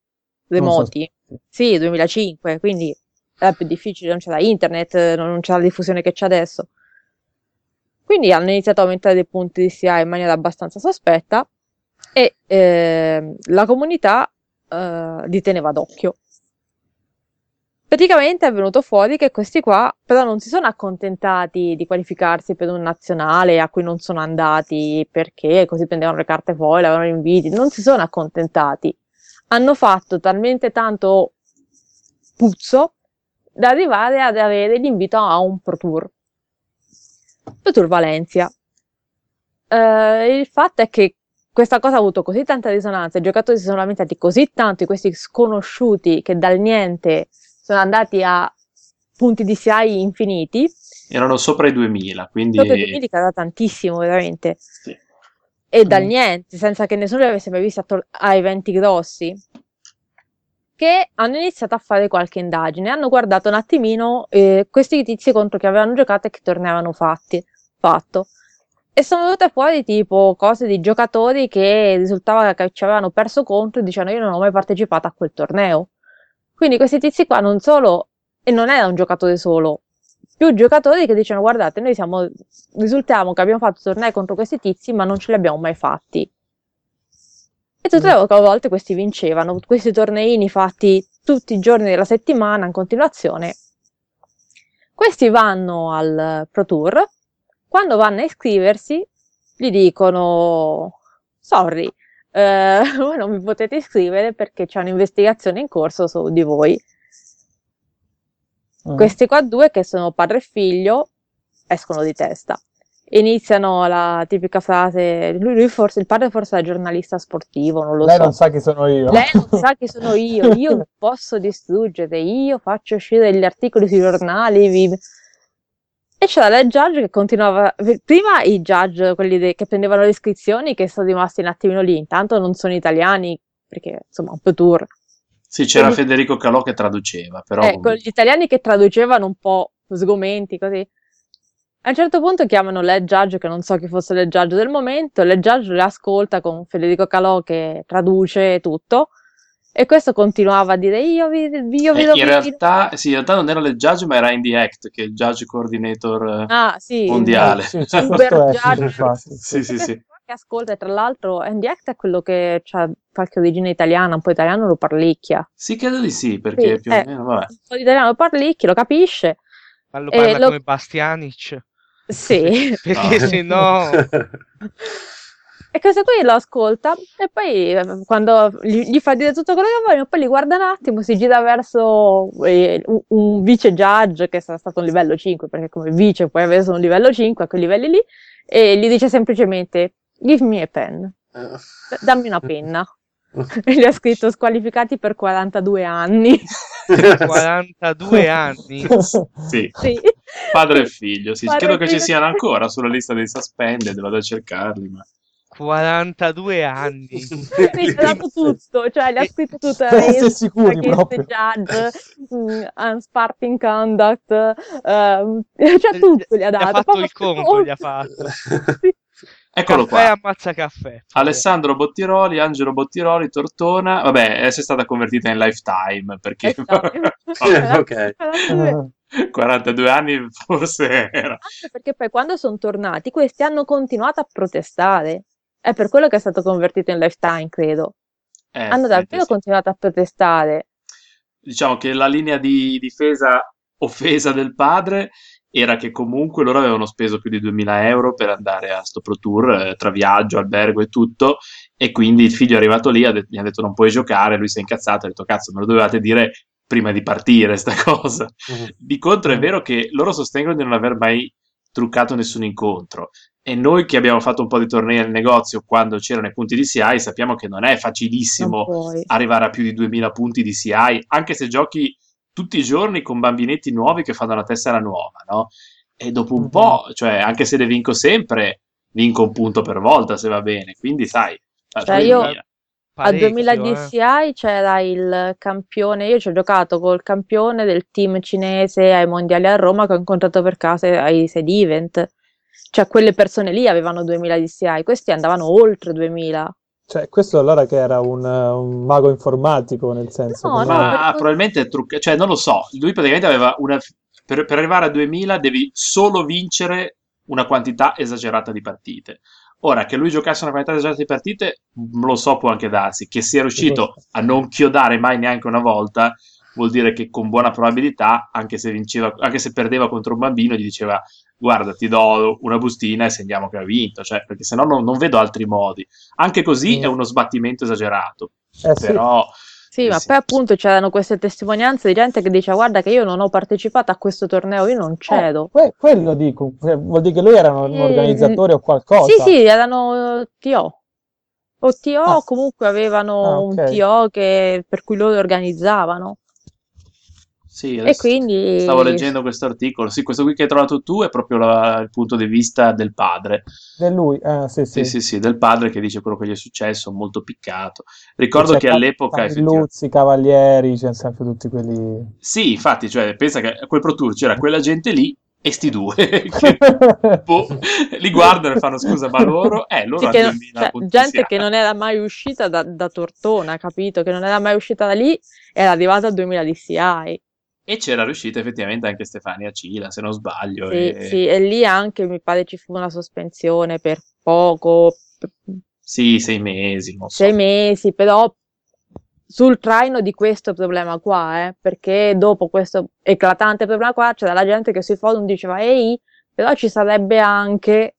Speaker 4: remoti. Sì, 2005, quindi era più difficile, non c'era internet, eh, non non c'era la diffusione che c'è adesso. Quindi hanno iniziato ad aumentare dei punti di CI in maniera abbastanza sospetta e ehm, la comunità eh, li teneva d'occhio. Praticamente è venuto fuori che questi qua però non si sono accontentati di qualificarsi per un nazionale a cui non sono andati perché così prendevano le carte fuori, le avevano inviti, non si sono accontentati hanno fatto talmente tanto puzzo da arrivare ad avere l'invito a un Pro Tour. Pro Tour Valencia. Eh, il fatto è che questa cosa ha avuto così tanta risonanza, i giocatori si sono lamentati così tanto di questi sconosciuti che dal niente sono andati a punti di DCI infiniti,
Speaker 3: Erano sopra i 2000, quindi...
Speaker 4: proprio per me era tantissimo veramente,
Speaker 3: Sì.
Speaker 4: e dal
Speaker 5: Mm.
Speaker 4: niente, senza che nessuno li avesse mai visti a, tor- a eventi grossi, che hanno iniziato a fare qualche indagine. Hanno guardato un attimino eh, questi tizi contro che avevano giocato e che tornavano fatti, fatto. E sono venute fuori tipo cose di giocatori che risultava che ci avevano perso contro e dicevano io non ho mai partecipato a quel torneo. Quindi questi tizi qua non solo, e non era un giocatore solo, più giocatori che dicono guardate noi siamo, risultiamo che abbiamo fatto tornei contro questi tizi ma non ce li abbiamo mai fatti. tutte le volte questi vincevano, questi torneini fatti tutti i giorni della settimana in continuazione. Questi vanno al Pro Tour, quando vanno a iscriversi gli dicono sorry, eh, <laughs> voi non vi potete iscrivere perché c'è un'investigazione in corso su di voi.
Speaker 5: <laughs> Mm.
Speaker 4: Questi qua due, che sono padre e figlio, escono di testa. Iniziano la tipica frase, lui, lui forse, il padre forse è giornalista sportivo, non lo
Speaker 5: Lei
Speaker 4: so.
Speaker 5: non sa chi sono io.
Speaker 4: Lei non sa chi sono
Speaker 5: <laughs>
Speaker 4: io, io non posso distruggere, io faccio uscire gli articoli sui giornali. vi- E c'era la judge che continuava, prima i judge, quelli de- che prendevano le iscrizioni, che sono rimasti un attimino lì, intanto non sono italiani, perché insomma un po' tour.
Speaker 3: Sì, c'era
Speaker 4: Quindi-
Speaker 3: Federico Calò che traduceva, però
Speaker 4: Ecco, gli italiani che traducevano un po' sgomenti così. A un certo punto chiamano le judge, che non so chi fosse le judge del momento, le judge le ascolta con Federico Calò che traduce tutto, e questo continuava a dire io vi, io vi
Speaker 3: Eh,
Speaker 4: do
Speaker 3: in, realtà, sì, in realtà non era il judge, ma era in the act, che è il judge coordinator. eh.
Speaker 4: Ah sì,
Speaker 3: Mondiale.
Speaker 5: Sì, sì,
Speaker 4: Super
Speaker 5: questo è,
Speaker 4: giallo.
Speaker 5: infatti,
Speaker 3: Sì, sì, sì.
Speaker 4: che ascolta, e tra l'altro Andy Act è quello che ha qualche origine italiana, un po' italiano lo parlicchia.
Speaker 3: Sì, credo di sì, perché
Speaker 4: Sì,
Speaker 3: più o
Speaker 4: eh.
Speaker 3: meno, vabbè.
Speaker 4: Un po' di italiano lo parlicchia, lo capisce,
Speaker 6: Ma lo
Speaker 4: Eh,
Speaker 6: parla
Speaker 4: lo-
Speaker 6: come
Speaker 3: Ah.
Speaker 6: Bastianic.
Speaker 4: sì.
Speaker 6: Perché
Speaker 3: No.
Speaker 6: se no...
Speaker 3: <laughs>
Speaker 4: E questo qui lo ascolta e poi eh, quando gli, gli fa dire tutto quello che vogliono, poi li guarda un attimo, si gira verso eh, un, un vice judge che sarà stato un livello 5, perché come vice puoi avere solo un livello 5 a quei livelli lì, e gli dice semplicemente give me a pen, d- <laughs> dammi
Speaker 3: <laughs>
Speaker 4: una penna. E gli ha scritto squalificati per 42 anni.
Speaker 6: 42 anni.
Speaker 3: Sì,
Speaker 4: Sì.
Speaker 3: padre e figlio. Sì,
Speaker 4: Padre
Speaker 3: credo
Speaker 4: e
Speaker 3: che ci
Speaker 4: figlio.
Speaker 3: siano ancora sulla lista dei suspended, vado a cercarli, ma...
Speaker 6: 42 anni.
Speaker 4: Quindi gli ha dato tutto, cioè gli ha scritto tutto.
Speaker 5: Sì, sì,
Speaker 4: eh,
Speaker 5: sicuri
Speaker 4: against
Speaker 5: proprio.
Speaker 4: judge, mm, unsparting conduct, ehm, <laughs> cioè tutto gli ha
Speaker 6: Gli
Speaker 4: dato.
Speaker 6: ha fatto
Speaker 4: proprio
Speaker 6: il conto, gli ha
Speaker 4: tutto.
Speaker 6: fatto.
Speaker 4: Ah,
Speaker 3: Eccolo
Speaker 6: caffè
Speaker 4: eh,
Speaker 3: qua.
Speaker 6: ammazza caffè.
Speaker 3: Alessandro Bottiroli, Angelo Bottiroli, Tortona. Vabbè, adesso è stata convertita in lifetime perché
Speaker 4: <laughs> Esatto.
Speaker 7: ok.
Speaker 4: Anche
Speaker 3: <laughs> 42 anni forse era.
Speaker 4: perché poi quando sono tornati questi hanno continuato a protestare. È per quello che è stato convertito in lifetime, credo.
Speaker 3: Eh,
Speaker 4: Hanno davvero
Speaker 3: sì.
Speaker 4: continuato a protestare.
Speaker 3: diciamo che la linea di difesa offesa del padre era che comunque loro avevano speso più di 2000 euro per andare a sto Pro Tour eh, tra viaggio, albergo e tutto e quindi il figlio è arrivato lì ha det- gli ha detto non puoi giocare, lui si è incazzato ha detto cazzo me lo dovevate dire prima di partire sta <laughs> cosa di contro
Speaker 4: Mm.
Speaker 3: è vero che loro sostengono di non aver mai truccato nessun incontro e noi che abbiamo fatto un po' di tornei al negozio quando c'erano i punti di CI sappiamo che non è
Speaker 4: Non
Speaker 3: facilissimo
Speaker 4: puoi.
Speaker 3: arrivare a più di 2000 punti di CI, anche se giochi tutti i giorni con bambinetti nuovi che fanno la tessera nuova, no? E dopo un
Speaker 4: Mm-hmm.
Speaker 5: Mhm.
Speaker 3: po', cioè, anche se le vinco sempre, vinco un punto per volta se va bene, quindi sai, la
Speaker 4: Cioè,
Speaker 3: tua
Speaker 4: io-
Speaker 3: linea.
Speaker 4: A
Speaker 6: Parecchio, eh.
Speaker 4: 2010 DCI c'era il campione, io ci ho giocato col campione del team cinese ai mondiali a Roma che ho incontrato per caso ai sed event. Cioè quelle persone lì avevano 2000 DCI, questi andavano oltre 2000.
Speaker 5: Cioè, questo allora che era un, eh, un mago informatico, nel senso
Speaker 4: No,
Speaker 5: che-
Speaker 4: no,
Speaker 3: Ma ah,
Speaker 4: per-
Speaker 3: probabilmente è trucca- cioè non lo so, lui praticamente aveva una... Per, per arrivare a 2000 devi solo vincere una quantità esagerata di partite. Ora, che lui giocasse una quantità esagerata di partite, m- lo so, può anche darsi. Che sia riuscito a non chiodare mai neanche una volta, vuol dire che con buona probabilità, anche se, vinceva, anche se perdeva contro un bambino, gli diceva guarda, ti do una bustina e segniamo che ha vinto, cioè, perché sennò non, non vedo altri modi. Anche così
Speaker 5: Mm.
Speaker 3: è uno sbattimento esagerato,
Speaker 5: Eh, sì.
Speaker 3: però...
Speaker 4: Sì,
Speaker 3: eh
Speaker 4: ma
Speaker 3: sì.
Speaker 4: poi appunto c'erano queste testimonianze di gente che diceva guarda che io non ho partecipato a questo torneo, io
Speaker 5: Eh,
Speaker 4: non cedo.
Speaker 5: Que- quello dico, cioè, vuol dire che lui era un
Speaker 4: Certo. Eh,
Speaker 5: organizzatore o qualcosa.
Speaker 4: Sì, sì, erano eh, TO. O TO
Speaker 5: Ah.
Speaker 4: comunque avevano
Speaker 5: Ah,
Speaker 4: un
Speaker 5: ok.
Speaker 4: TO che- per cui loro organizzavano.
Speaker 3: Sì,
Speaker 4: E
Speaker 3: adesso
Speaker 4: quindi...
Speaker 3: stavo leggendo questo articolo. Sì, questo qui che hai trovato tu è proprio la- il punto di vista del padre.
Speaker 5: Di lui, ah, sì,
Speaker 3: Sì,
Speaker 5: sì.
Speaker 3: sì, sì, del padre che dice quello che gli è successo, molto piccato. Ricordo
Speaker 5: C'è
Speaker 3: che all'epoca effettivamente...
Speaker 5: Luzzi, Cavalieri, c'è sempre tutti quelli...
Speaker 3: Sì, infatti, cioè, pensa che a quel Pro Tour c'era quella gente lì e sti due <laughs>
Speaker 5: <laughs>
Speaker 4: <laughs>
Speaker 3: che boh, li guardano e fanno scusa, ma loro... Eh, loro
Speaker 4: Sì,
Speaker 3: hanno
Speaker 4: che non-
Speaker 3: 2000
Speaker 4: cioè,
Speaker 3: punti
Speaker 4: gente
Speaker 3: sia.
Speaker 4: che non era mai uscita da, da Tortona, capito? Che non era mai uscita da lì, era arrivata al 2000 DCI.
Speaker 3: E c'era riuscita effettivamente anche Stefania Cila, se non sbaglio.
Speaker 4: Sì,
Speaker 3: e-
Speaker 4: sì, e lì anche mi pare ci fu una sospensione per poco, p-
Speaker 3: Sì, sei mesi, non so.
Speaker 4: sei mesi, però sul traino di questo problema qua, eh, perché dopo questo eclatante problema qua c'era la gente che sui forum diceva ehi, però ci sarebbe anche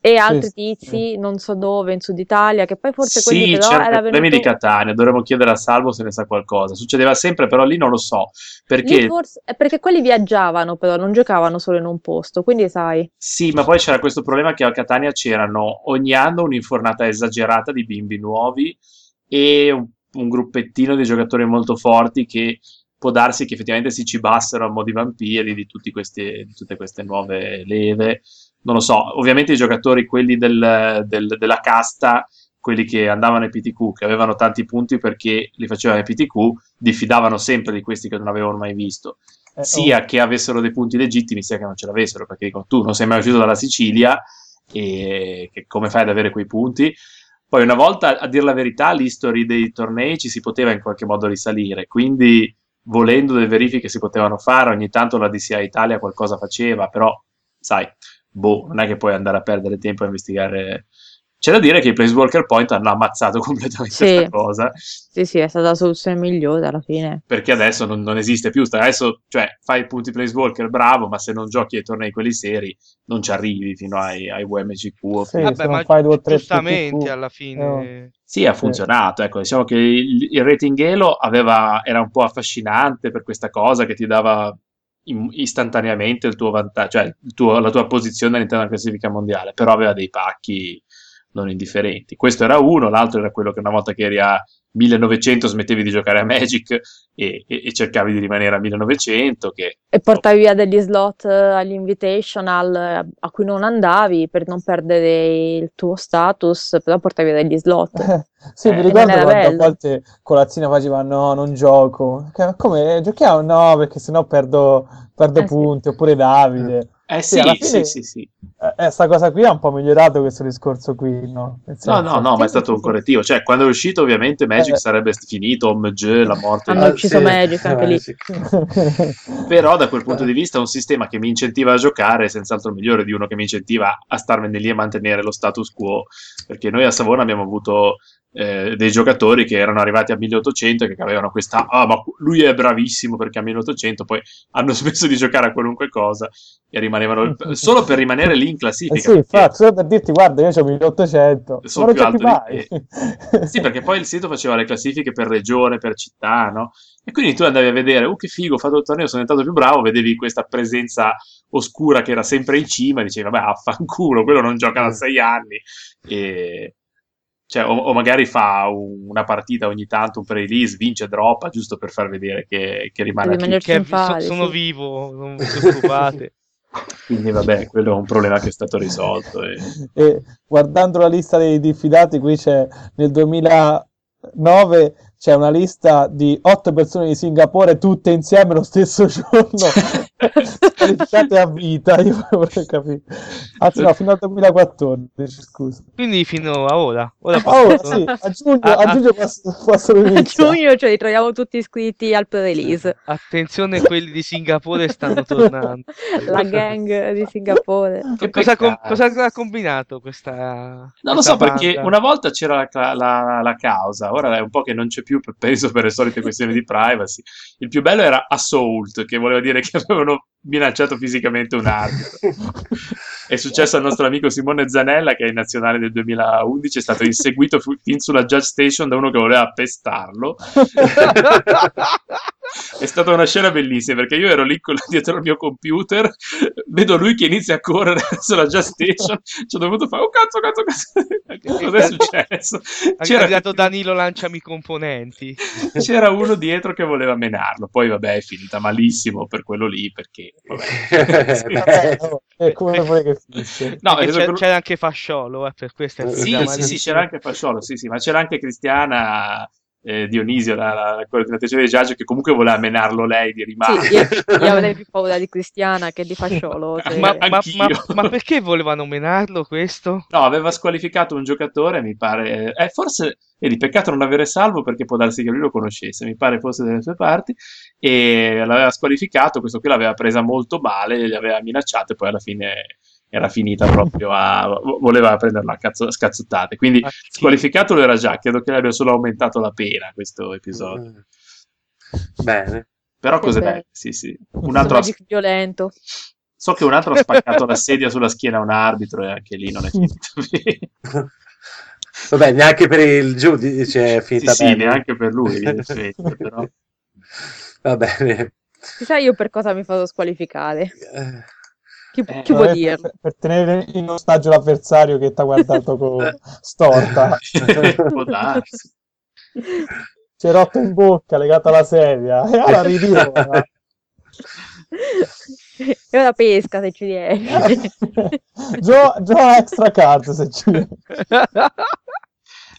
Speaker 4: e altri
Speaker 5: sì.
Speaker 4: tizi, non so dove, in Sud Italia, che poi forse quelli
Speaker 3: sì,
Speaker 4: però
Speaker 3: c'erano
Speaker 4: era
Speaker 3: problemi
Speaker 4: venuto...
Speaker 3: di Catania, dovremmo chiedere a Salvo se ne sa qualcosa. Succedeva sempre, però lì non lo so,
Speaker 4: Lì
Speaker 3: perché
Speaker 4: forse- eh, perché quelli viaggiavano però, non giocavano solo in un posto, quindi sai,
Speaker 3: sì, ma poi c'era questo problema che a Catania c'erano ogni anno un'infornata esagerata di bimbi nuovi e un, un gruppettino di giocatori molto forti che può darsi che effettivamente si cibassero a mo' di vampiri di, tutti questi- di tutte queste nuove leve. Non lo so, ovviamente i giocatori, quelli del- del- della casta, quelli che andavano ai PTQ, che avevano tanti punti perché li facevano ai PTQ, diffidavano sempre di questi che non avevano mai visto
Speaker 5: Eh,
Speaker 3: sia che avessero dei punti legittimi, sia che non ce l'avessero, perché dicono tu non sei mai uscito dalla Sicilia e che- come fai ad avere quei punti? Poi una volta, a dire la verità, l'history dei tornei ci si poteva in qualche modo risalire, quindi volendo delle verifiche si potevano fare, ogni tanto la DCA Italia qualcosa faceva, però sai, boh, non è che puoi andare a perdere tempo a investigare. C'è da dire che i Placewalker Point hanno ammazzato <laughs> completamente
Speaker 4: Sì.
Speaker 3: questa cosa
Speaker 4: sì sì, è stata la soluzione migliore alla fine.
Speaker 3: perché adesso non, non esiste più. sta- Adesso, cioè, fai i punti Placewalker, bravo, ma se non giochi ai tornei quelli seri, non ci arrivi fino ai, ai UMCQ. o
Speaker 5: Sì,
Speaker 3: fino-
Speaker 5: se non fai due o tre Eh.
Speaker 6: giustamente
Speaker 5: PTQ,
Speaker 6: alla fine.
Speaker 3: Sì, ha funzionato. Ecco, diciamo che il, il rating Elo aveva, era un po' affascinante per questa cosa che ti dava im- istantaneamente il tuo vantaggio, cioè il tuo- la tua posizione all'interno della classifica mondiale, però aveva dei pacchi non indifferenti. Questo era uno, l'altro era quello che una volta che eri a 1900 smettevi di giocare a Magic e, e- e cercavi di rimanere a 1900, che
Speaker 4: E portavi via degli slot eh, agli invitational eh, a cui non andavi per non perdere il tuo status, però portavi via
Speaker 6: <laughs>
Speaker 4: degli slot.
Speaker 5: Sì,
Speaker 3: Eh,
Speaker 5: mi
Speaker 3: non
Speaker 5: ricordo
Speaker 4: era
Speaker 5: quando a
Speaker 4: bello.
Speaker 5: volte colazzina faceva no, non gioco. Che- Come giochiamo? No, perché sennò perdo, perdo
Speaker 4: Eh, sì.
Speaker 5: punti. Oppure Davide.
Speaker 3: Eh
Speaker 5: Sì,
Speaker 3: sì,
Speaker 5: alla
Speaker 3: sì,
Speaker 5: fine-
Speaker 3: sì, sì.
Speaker 5: Eh, eh, sta cosa qui ha un po' migliorato questo discorso qui, no? Nel
Speaker 3: No,
Speaker 5: senso-
Speaker 3: no, no, ma è
Speaker 5: Sì,
Speaker 3: stato
Speaker 5: sì,
Speaker 3: un
Speaker 5: sì.
Speaker 3: correttivo. Cioè, quando è uscito, ovviamente Magic
Speaker 5: Eh.
Speaker 3: sarebbe finito, OMG, la morte.
Speaker 7: Ah,
Speaker 4: Hanno ucciso Magic anche
Speaker 7: Eh,
Speaker 4: lì.
Speaker 5: <laughs>
Speaker 3: Però da quel
Speaker 5: Eh.
Speaker 3: punto di vista un sistema che mi incentiva a giocare è senz'altro migliore di uno che mi incentiva a starmene lì e mantenere lo status quo, perché noi a Savona abbiamo avuto eh, dei giocatori che erano arrivati a 1800 e che avevano questa, ah ma lui è bravissimo perché a 1800, poi hanno <laughs> smesso di giocare a qualunque cosa e rimanevano solo per rimanere lì in classifica.
Speaker 5: Eh sì,
Speaker 3: perché-
Speaker 5: infatti, solo per dirti, guarda, io ho 1800,
Speaker 3: Sono
Speaker 5: ma non
Speaker 3: più
Speaker 5: c'è più
Speaker 3: alto di Eh,
Speaker 5: mai.
Speaker 3: Sì,
Speaker 5: <laughs>
Speaker 3: perché poi il sito faceva le classifiche per regione, per città, no? E quindi tu andavi a vedere, oh che figo, ho fatto il torneo, sono diventato più bravo, vedevi questa presenza oscura che era sempre in cima, e dicevi, vabbè, affanculo, quello non gioca da sei anni. E... Cioè, o, o magari fa un- una partita ogni tanto, un pre-release, vince, droppa, giusto per far vedere che, che rimane
Speaker 4: Deve
Speaker 3: lì.
Speaker 4: mangiarsi
Speaker 6: Che
Speaker 4: in pari,
Speaker 6: sono
Speaker 4: <laughs> sì.
Speaker 6: vivo, non vi preoccupate.
Speaker 3: Quindi vabbè, quello è un problema che è stato risolto. e-
Speaker 5: E guardando la lista dei diffidati, qui c'è nel 2009 c'è una lista di otto persone di Singapore, tutte insieme lo stesso giorno,
Speaker 3: <laughs>
Speaker 5: qualificate a vita. Io vorrei capire. Anzi, no, fino al 2014. Scusa,
Speaker 6: Quindi fino a ora. Ora
Speaker 5: Ah, ora
Speaker 6: posso-
Speaker 3: <laughs>
Speaker 5: sì, a giugno,
Speaker 6: Ah, ah.
Speaker 5: a giugno posso, posso
Speaker 4: A
Speaker 5: iniziare.
Speaker 4: giugno ci ritroviamo cioè, tutti iscritti al pre-release.
Speaker 6: Attenzione, quelli di Singapore stanno tornando.
Speaker 4: <laughs> La gang di Singapore.
Speaker 3: <laughs> Che
Speaker 6: cosa, com-
Speaker 3: peccato.
Speaker 6: cosa ha combinato questa?
Speaker 3: Non lo
Speaker 6: questa
Speaker 3: so perché
Speaker 6: banda? <laughs>
Speaker 3: una volta c'era la, ca- la- la causa, ora è un po' che non c'è più, <laughs> per- penso per le solite questioni di privacy. Il più bello era assault, che voleva dire che avevano minacciato fisicamente un arbitro. È successo al nostro amico Simone Zanella, che è in nazionale del 2011, è stato inseguito fu- fin sulla judge station da uno che voleva pestarlo. È stata una scena bellissima perché io ero lì con- dietro al mio computer, vedo lui che inizia a correre <laughs> verso la Just Station, ci ho dovuto fare, oh cazzo, cazzo, cazzo, cos'è successo?
Speaker 6: è
Speaker 3: <laughs> C'era,
Speaker 6: arrivato Danilo lanciami i componenti.
Speaker 3: <laughs> c'era uno dietro che voleva menarlo, poi vabbè è finita malissimo per quello lì perché... Vabbè. Sì. <laughs>
Speaker 5: Vabbè, no, è Eh, come vuoi che finisce.
Speaker 3: No,
Speaker 6: Perché
Speaker 3: nel senso
Speaker 6: c'è-
Speaker 3: che-
Speaker 6: c'era anche Fasciolo, eh, per questo è
Speaker 3: Sì,
Speaker 6: finita
Speaker 3: sì, sì,
Speaker 6: malissimo.
Speaker 3: c'era anche Fasciolo, sì, sì, ma c'era anche Cristiana eh, Dionisio, la, la, la coordinatrice dei Giaggio, che comunque voleva menarlo lei di rimane.
Speaker 4: Sì, io, io avrei più paura di Cristiana che di Fasciolo. cioè,
Speaker 6: <laughs>
Speaker 4: se-
Speaker 6: Ma, ma-
Speaker 3: Anch'io.
Speaker 6: ma- ma perché volevano menarlo questo?
Speaker 3: No, aveva squalificato un giocatore, mi pare. Eh, forse è di peccato non avere salvo perché può darsi che lui lo conoscesse, mi pare fosse delle sue parti. E l'aveva squalificato, questo qui l'aveva presa molto male, gli aveva minacciato e poi alla fine era finita proprio a... voleva prenderla a cazzo- scazzottate. Quindi
Speaker 6: Ah, sì.
Speaker 3: squalificato lo era già, credo che abbia solo aumentato la pena questo
Speaker 7: Mm-hmm.
Speaker 3: episodio.
Speaker 7: esatto. Bene.
Speaker 3: Però cose
Speaker 4: Che bello.
Speaker 3: belle, sì sì. Un altro,
Speaker 4: Magic violento.
Speaker 3: so che un altro ha spaccato la sedia sulla schiena a un arbitro e anche lì non è finito bene.
Speaker 7: Vabbè, neanche per il giudice è finita
Speaker 3: Sì, sì,
Speaker 7: bene.
Speaker 3: neanche per lui, in effetti, però.
Speaker 7: Va bene.
Speaker 4: Chissà io per cosa mi faccio squalificare.
Speaker 7: Eh,
Speaker 4: Chi,
Speaker 3: Eh,
Speaker 4: chi
Speaker 5: Eh,
Speaker 4: può
Speaker 5: per- <laughs>
Speaker 4: dirlo?
Speaker 5: Per, tenere in ostaggio l'avversario che ti ha guardato
Speaker 6: <laughs> Eh.
Speaker 5: con storta,
Speaker 7: Eh.
Speaker 3: Può darsi.
Speaker 5: c'è rotto in bocca, legato alla sedia,
Speaker 6: <laughs>
Speaker 5: e ora ridivola.
Speaker 4: È una pesca se ci
Speaker 5: <laughs>
Speaker 4: riesci.
Speaker 5: Già già extra card se ci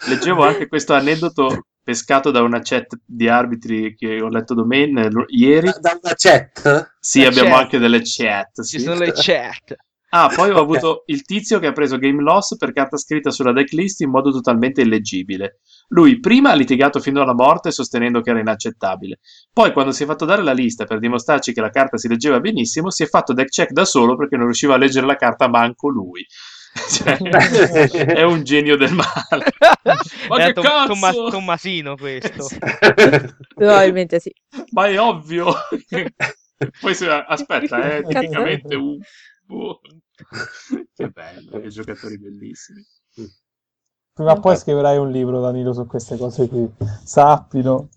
Speaker 3: Leggevo anche questo aneddoto pescato da una chat di arbitri che ho letto domen- l- ieri.
Speaker 7: da, da una chat?
Speaker 3: Sì,
Speaker 6: la
Speaker 3: abbiamo
Speaker 6: chat.
Speaker 3: anche delle chat.
Speaker 6: <laughs> Ci
Speaker 3: sì.
Speaker 6: sono le chat.
Speaker 3: Ah, poi ho avuto il tizio che ha preso Game Loss per carta scritta sulla deck list in modo totalmente illeggibile. Lui prima ha litigato fino alla morte sostenendo che era inaccettabile. Poi, quando si è fatto dare la lista per dimostrarci che la carta si leggeva benissimo, si è fatto deck check da solo perché non riusciva a leggere la carta manco lui. <laughs>
Speaker 6: <laughs>
Speaker 3: Cioè, è un genio del male. <laughs> Ma
Speaker 6: Era
Speaker 3: che
Speaker 6: Tom-
Speaker 3: cazzo?
Speaker 6: Tomma- Tommasino
Speaker 3: <laughs>
Speaker 6: questo.
Speaker 4: Probabilmente sì.
Speaker 3: Ma è ovvio. Poi se- aspetta, eh, tecnicamente un... boh. Che bello, che giocatori bellissimi.
Speaker 5: Prima o poi scriverai un libro, Danilo, su queste cose qui. Sappilo.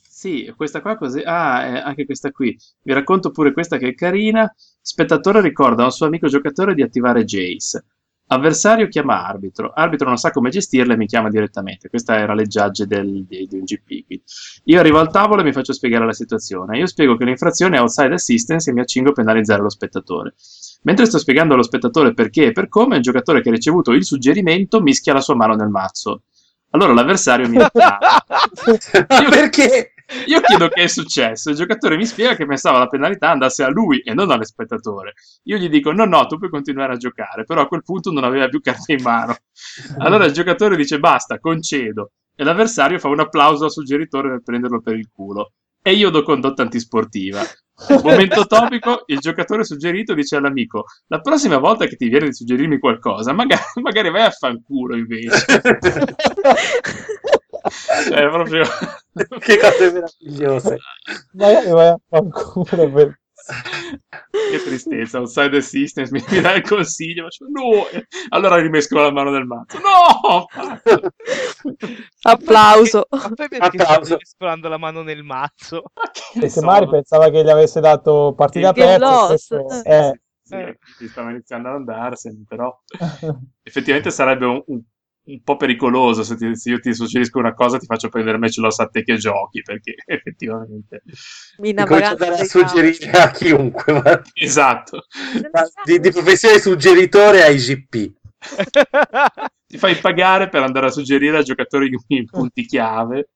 Speaker 3: Sì, questa qua così. Ah, eh, anche questa qui. Vi racconto pure questa che è carina. Spettatore ricorda a un suo amico giocatore di attivare Jace. Avversario chiama arbitro. Arbitro non sa come gestirla e mi chiama direttamente. Questa era le giagge del, di, di un GP. qui. Io arrivo al tavolo e mi faccio spiegare la situazione. Io spiego che l'infrazione è outside assistance e mi accingo a penalizzare lo spettatore. Mentre sto spiegando allo spettatore perché e per come, il giocatore che ha ricevuto il suggerimento mischia la sua mano nel mazzo. Allora l'avversario mi attacca.
Speaker 7: Ma perché? <laughs>
Speaker 3: Io chiedo che è successo. Il giocatore mi spiega che pensava la penalità andasse a lui e non all'espettatore. Io gli dico: No, no, tu puoi continuare a giocare. Però a quel punto non aveva più carte in mano. Allora il giocatore dice: Basta, concedo. E l'avversario fa un applauso al suggeritore per prenderlo per il culo. E io do condotta antisportiva. Momento topico, il giocatore suggerito dice all'amico: La prossima volta che ti viene di suggerirmi qualcosa, maga- magari vai a fanculo invece. Cioè, proprio.
Speaker 7: che cose meravigliose.
Speaker 5: Magari vai a fanculo per...
Speaker 3: Che tristezza, outside assistance mi, mi dà il consiglio, faccio no! E Allora rimescola la mano del mazzo. No! Ma
Speaker 4: Applauso.
Speaker 6: Ma poi perché
Speaker 7: Applauso.
Speaker 6: stai mescolando la mano nel mazzo?
Speaker 3: che
Speaker 5: E
Speaker 3: ne
Speaker 5: se
Speaker 3: so,
Speaker 5: Mari pensava che gli avesse dato partita
Speaker 3: Che
Speaker 5: aperta,
Speaker 4: loss.
Speaker 5: questo è... <laughs>
Speaker 3: sì, si stava iniziando ad andarsene, però effettivamente sarebbe un, un- un po' pericoloso se, ti- se io ti suggerisco una cosa ti faccio prendere match loss a te che giochi, perché <laughs> effettivamente...
Speaker 4: Mi
Speaker 7: Mi comincio a
Speaker 4: innamorando
Speaker 7: dare a
Speaker 4: dei
Speaker 7: suggerire a chiunque, ma-
Speaker 3: Esatto,
Speaker 7: ma <laughs> di, di professione suggeritore ai GP.
Speaker 6: <laughs>
Speaker 3: ti fai pagare per andare a suggerire a giocatori in- in punti chiave.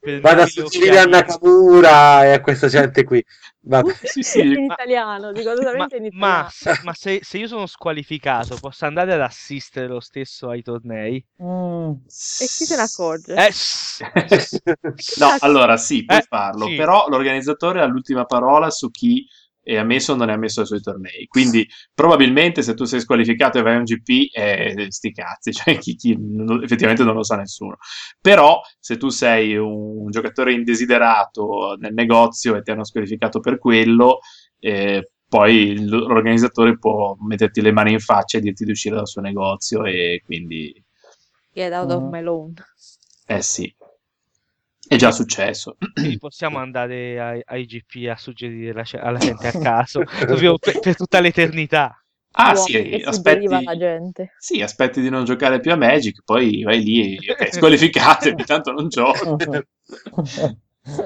Speaker 6: Per
Speaker 7: Vado a
Speaker 6: Danilo
Speaker 7: suggerire a
Speaker 6: Chiarini.
Speaker 7: Nakamura e a questa gente qui.
Speaker 4: <laughs>
Speaker 7: Vabbè.
Speaker 3: Sì, sì.
Speaker 4: In
Speaker 3: Ma-
Speaker 4: italiano, dico
Speaker 6: Ma,
Speaker 4: assolutamente in italiano.
Speaker 6: ma se- ma se, se io sono squalificato, posso andare ad assistere lo stesso ai tornei?
Speaker 5: Mm,
Speaker 4: E chi se ne accorge?
Speaker 6: Eh, sì.
Speaker 3: No, allora sì, puoi
Speaker 6: Eh,
Speaker 3: farlo,
Speaker 6: sì.
Speaker 3: però l'organizzatore ha l'ultima parola su chi è ammesso o non è ammesso ai suoi tornei. Quindi probabilmente se tu sei squalificato e vai a un GP, eh, sti cazzi, <laughs> cioè chi, chi- non- effettivamente non lo sa nessuno. Però se tu sei un giocatore indesiderato nel negozio e ti hanno squalificato per quello, eh, poi l- l'organizzatore può metterti le mani in faccia e dirti di uscire dal suo negozio e quindi...
Speaker 4: Get out of
Speaker 5: Mm.
Speaker 4: my lawn.
Speaker 3: Eh sì, è già successo.
Speaker 6: Quindi possiamo andare ai, ai GP a suggerire la ce- alla gente a caso, proprio per, per tutta l'eternità.
Speaker 3: Ah,
Speaker 4: Uomo
Speaker 3: sì,
Speaker 4: che
Speaker 3: aspetti,
Speaker 4: suggeriva alla gente. <laughs>
Speaker 3: sì, aspetti di non giocare più a Magic, poi vai lì e ok, squalificatevi, tanto non gioco.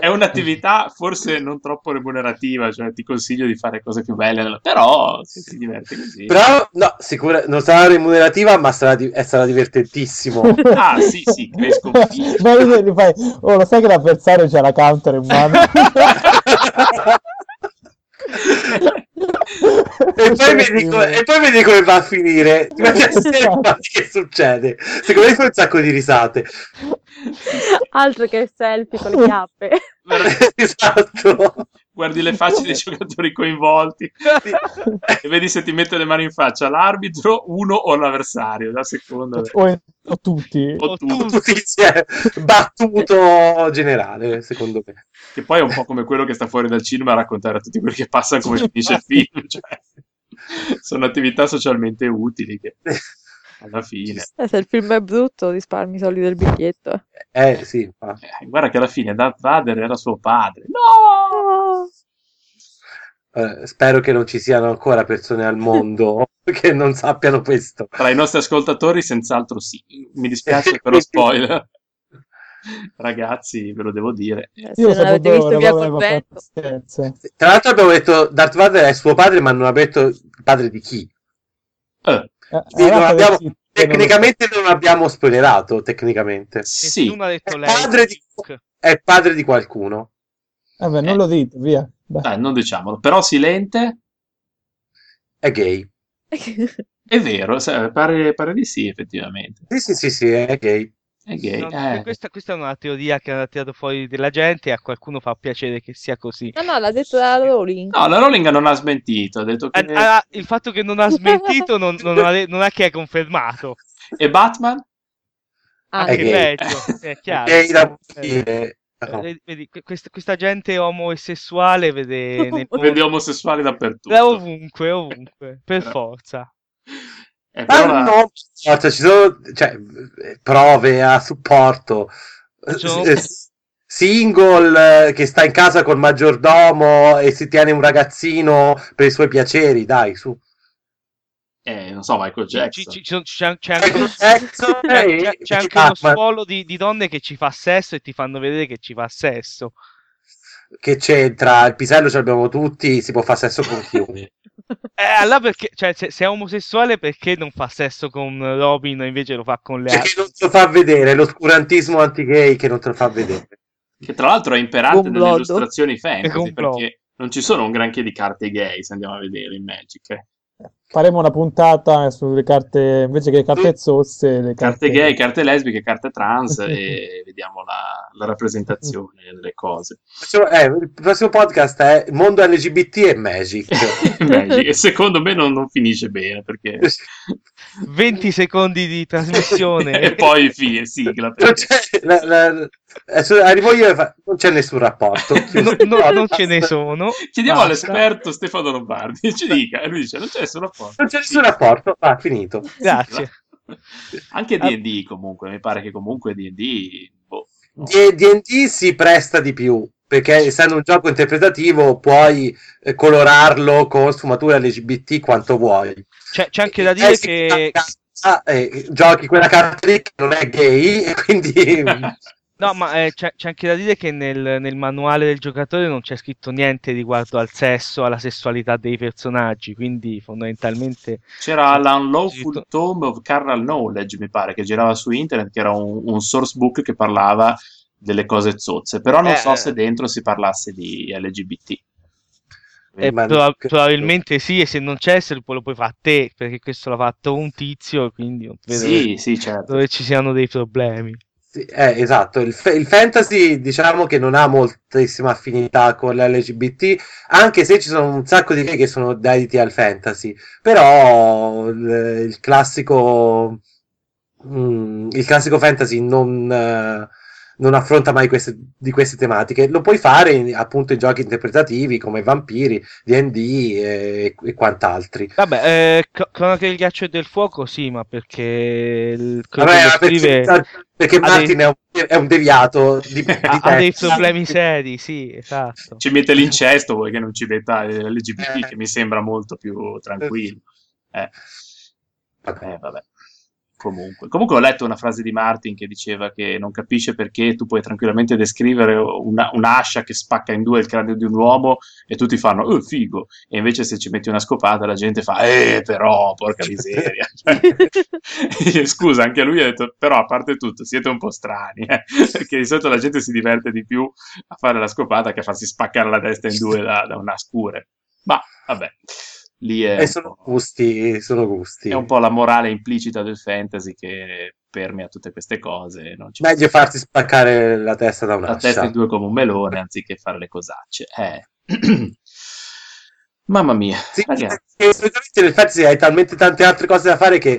Speaker 3: È un'attività forse non troppo remunerativa, cioè ti consiglio di fare cose più belle, nella- però se ti diverti così.
Speaker 7: Però, no, sicura, non sarà remunerativa, ma sarà, di- eh, sarà divertentissimo.
Speaker 5: <laughs>
Speaker 3: Ah, sì, sì, cresco un figlio.
Speaker 5: Ma io gli fai, oh, lo sai che l'avversario c'ha la counter in mano?
Speaker 7: <laughs> E poi, vedi co- e poi vedi come va a <laughs> finire. Ti metti a osservare che succede. Secondo me fa un sacco di risate.
Speaker 4: Altro che selfie con le chiappe. <laughs>
Speaker 3: Veramente-
Speaker 7: <laughs> esatto.
Speaker 3: guardi le facce dei giocatori coinvolti e vedi se ti mette le mani in faccia l'arbitro, uno o l'avversario, da seconda.
Speaker 5: o, o tutti.
Speaker 4: Oh,
Speaker 3: O tu,
Speaker 7: Tutti insieme. battuto generale, secondo me. <laughs>
Speaker 3: che poi è un po' come quello che sta fuori dal cinema a raccontare a tutti quelli che passano come finisce il film. cioè, sono attività socialmente utili che alla fine.
Speaker 8: Eh, se il film è brutto, risparmi i soldi del biglietto.
Speaker 7: Eh sì, ma-
Speaker 3: Eh, guarda che alla fine Darth Vader era suo padre. No!
Speaker 7: eh, spero che non ci siano ancora persone al <laughs> mondo che non sappiano questo.
Speaker 3: Tra i nostri ascoltatori, senz'altro sì. Mi dispiace per lo spoiler. Ragazzi, ve lo devo dire.
Speaker 8: Eh, se
Speaker 5: Io
Speaker 8: non
Speaker 5: lo sapevo,
Speaker 8: avete visto via col
Speaker 5: avevo
Speaker 8: vento,
Speaker 5: pazienza.
Speaker 7: Tra l'altro abbiamo detto Darth Vader è suo padre, ma non abbiamo detto il padre di chi.
Speaker 3: Eh,
Speaker 5: Eh,
Speaker 7: Ah, Sì,
Speaker 5: Rafa
Speaker 7: non
Speaker 5: del
Speaker 7: abbiamo-
Speaker 5: Sito,
Speaker 7: Tecnicamente non abbiamo spoilerato, tecnicamente.
Speaker 3: sì,
Speaker 6: Nessuno ha detto
Speaker 7: È
Speaker 6: lei.
Speaker 7: padre di-
Speaker 6: Luke.
Speaker 7: È padre di qualcuno.
Speaker 5: non lo- Vabbè, non lo dite, via. Dai.
Speaker 3: dai, non diciamolo. Però Silente
Speaker 7: È gay.
Speaker 3: è vero, se- pare, pare di sì, effettivamente.
Speaker 7: Sì, sì, sì, sì, è gay.
Speaker 3: È gay.
Speaker 6: Non-
Speaker 3: eh.
Speaker 6: questa, questa è una teoria che hanno tirato fuori della gente e a qualcuno fa piacere che sia
Speaker 4: <laughs>
Speaker 6: così.
Speaker 4: Eh.
Speaker 8: No, no, l'ha detto la
Speaker 6: <laughs>
Speaker 8: Rowling.
Speaker 3: No, la Rowling non ha smentito, ha detto che...
Speaker 6: Ah, ah, il fatto che non ha smentito non, non ha, non ha che è confermato.
Speaker 3: E Batman?
Speaker 8: Ah,
Speaker 7: È
Speaker 6: Che
Speaker 7: gay.
Speaker 6: peggio, è
Speaker 7: È
Speaker 6: chiaro.
Speaker 7: gay da
Speaker 6: Eh,
Speaker 7: morire. No.
Speaker 6: eh, vedi, que- questa, questa gente omosessuale
Speaker 7: <laughs>
Speaker 6: vede, nel
Speaker 3: Vede
Speaker 6: mondo-
Speaker 3: omosessuali
Speaker 6: Eh,
Speaker 3: dappertutto.
Speaker 6: ovunque, ovunque, per
Speaker 3: Però-
Speaker 6: forza.
Speaker 3: Eh, però
Speaker 7: Ma
Speaker 3: la-
Speaker 7: no, forza, ci sono cioè, prove a supporto.
Speaker 6: Sono-
Speaker 7: Eh, s- Single eh, che sta in casa col maggiordomo e si tiene un ragazzino per i suoi piaceri, dai, su.
Speaker 3: eh, non so, Michael
Speaker 6: Ci-
Speaker 3: Jackson.
Speaker 6: ci- ci sono- c'è, c'è anche uno, c'è,
Speaker 7: Jackson
Speaker 6: c'è-
Speaker 7: e-
Speaker 6: c'è anche uno
Speaker 7: Eh, Ah, ma-
Speaker 6: suolo di, di donne che ci fa sesso e ti fanno vedere che ci fa sesso.
Speaker 7: che c'entra? Il pisello ce l'abbiamo tutti, si può fare sesso con chiunque.
Speaker 6: Eh, allora perché, cioè, se, se è omosessuale perché non fa sesso con Robin e invece lo fa con le
Speaker 7: Cioè,
Speaker 6: altre?
Speaker 7: che non te lo fa vedere, è l'oscurantismo anti-gay che non te lo fa vedere.
Speaker 3: Che tra l'altro è imperante nelle
Speaker 8: Complotto.
Speaker 3: illustrazioni fantasy,
Speaker 6: Complotto.
Speaker 3: perché non ci sono un granché di carte gay, se andiamo a vedere, in Magic. eh.
Speaker 5: Faremo una puntata eh, sulle carte, invece che carte zosse, le
Speaker 3: Carte
Speaker 5: carte,
Speaker 3: gay, carte lesbiche, carte
Speaker 7: <laughs>
Speaker 3: trans e vediamo la, la rappresentazione delle
Speaker 7: <laughs>
Speaker 3: cose.
Speaker 7: Facciamo- eh, il prossimo podcast è Mondo LGBT e Magic.
Speaker 3: <laughs> Magic. E secondo me non, non finisce bene,
Speaker 7: <laughs>
Speaker 3: perché...
Speaker 6: 20 secondi di
Speaker 3: <laughs>
Speaker 7: <laughs>
Speaker 6: trasmissione
Speaker 3: e poi fine, sigla.
Speaker 7: Non
Speaker 3: Perché...
Speaker 7: c'è- la- la- eh, su- arrivo io e fa- non c'è nessun rapporto.
Speaker 6: No, no, non ce ne sono.
Speaker 3: <laughs> Chiediamo
Speaker 6: Basta.
Speaker 3: all'esperto Stefano Lombardi,
Speaker 7: <laughs>
Speaker 3: ci dica, e lui dice non c'è nessun rapporto.
Speaker 7: Non c'è nessun
Speaker 3: Sì.
Speaker 7: rapporto, va finito.
Speaker 6: Grazie.
Speaker 3: Anche D&D
Speaker 7: Ah.
Speaker 3: comunque, mi pare che comunque D&D... boh, no.
Speaker 7: D- D&D si presta di più perché essendo un gioco interpretativo puoi eh, colorarlo con sfumature LGBT quanto vuoi.
Speaker 6: C'è, c'è anche da dire
Speaker 7: Eh, sì,
Speaker 6: che...
Speaker 7: ah, eh, giochi quella carta lì che non è gay e quindi
Speaker 3: <laughs>
Speaker 6: No, ma eh, c'è, c'è anche da dire che nel, nel manuale del giocatore non c'è scritto niente riguardo al sesso, alla sessualità dei personaggi, quindi fondamentalmente...
Speaker 3: C'era l'Unlawful
Speaker 6: Zitto.
Speaker 3: Tomb of Carnal Knowledge, mi pare, che girava su internet, che era un, un source book che parlava delle cose zozze, però non
Speaker 6: Eh.
Speaker 3: so se dentro si parlasse di LGBT.
Speaker 6: eh,
Speaker 7: Ma-
Speaker 6: proba- probabilmente sì, e se non c'è se lo, lo puoi fare a te, perché questo l'ha fatto un tizio, quindi non vedo
Speaker 3: Sì, sì, certo.
Speaker 6: dove ci siano dei problemi.
Speaker 7: Sì, eh, esatto, il, fa- il fantasy diciamo che non ha moltissima affinità con l'LGBT, anche se ci sono un sacco di gay che sono dediti al fantasy, però il, il classico mm, il classico fantasy non, eh, non affronta mai queste, di queste tematiche. Lo puoi fare in- appunto in giochi interpretativi come Vampiri, D&D e, eh, e quant'altri.
Speaker 6: Vabbè, eh, Cro- Cronache del ghiaccio e del fuoco sì, ma perché il quello
Speaker 7: Vabbè,
Speaker 6: che lo
Speaker 7: perché-
Speaker 6: scrive
Speaker 7: perché
Speaker 6: ha dei-
Speaker 7: Martin è, un, è un deviato di, di
Speaker 6: <laughs> ha, ha dei
Speaker 7: testa.
Speaker 6: problemi seri, sì, esatto.
Speaker 3: Ci mette l'incesto, vuoi che non ci metta l'LGBT,
Speaker 7: Eh.
Speaker 3: che mi sembra molto più tranquillo. Eh. Eh, vabbè. Comunque. Comunque ho letto una frase di Martin che diceva che non capisce perché tu puoi tranquillamente descrivere una- un'ascia che spacca in due il cranio di un uomo e tutti fanno "Oh, figo", e invece se ci metti una scopata la gente fa "Eh, però, porca miseria". Cioè, <laughs> Scusa, anche lui ha detto "Però a parte tutto, siete un po' strani, eh", <laughs> perché di solito la gente si diverte di più a fare la scopata che a farsi spaccare la testa in due da, da una scure. Ma vabbè. Lì è
Speaker 7: E
Speaker 3: un
Speaker 7: sono
Speaker 3: po'
Speaker 7: gusti, sono gusti.
Speaker 3: è un po' la morale implicita del fantasy che permea tutte queste cose. Non ci
Speaker 7: Meglio farsi spaccare la testa da
Speaker 3: la testa
Speaker 7: un'ascia.
Speaker 3: in due come un melone anziché fare le cosacce. Eh, <clears throat>
Speaker 1: Mamma mia,
Speaker 7: Sì,
Speaker 1: ragazzi.
Speaker 7: perché solitamente in effetti hai talmente tante altre cose da fare che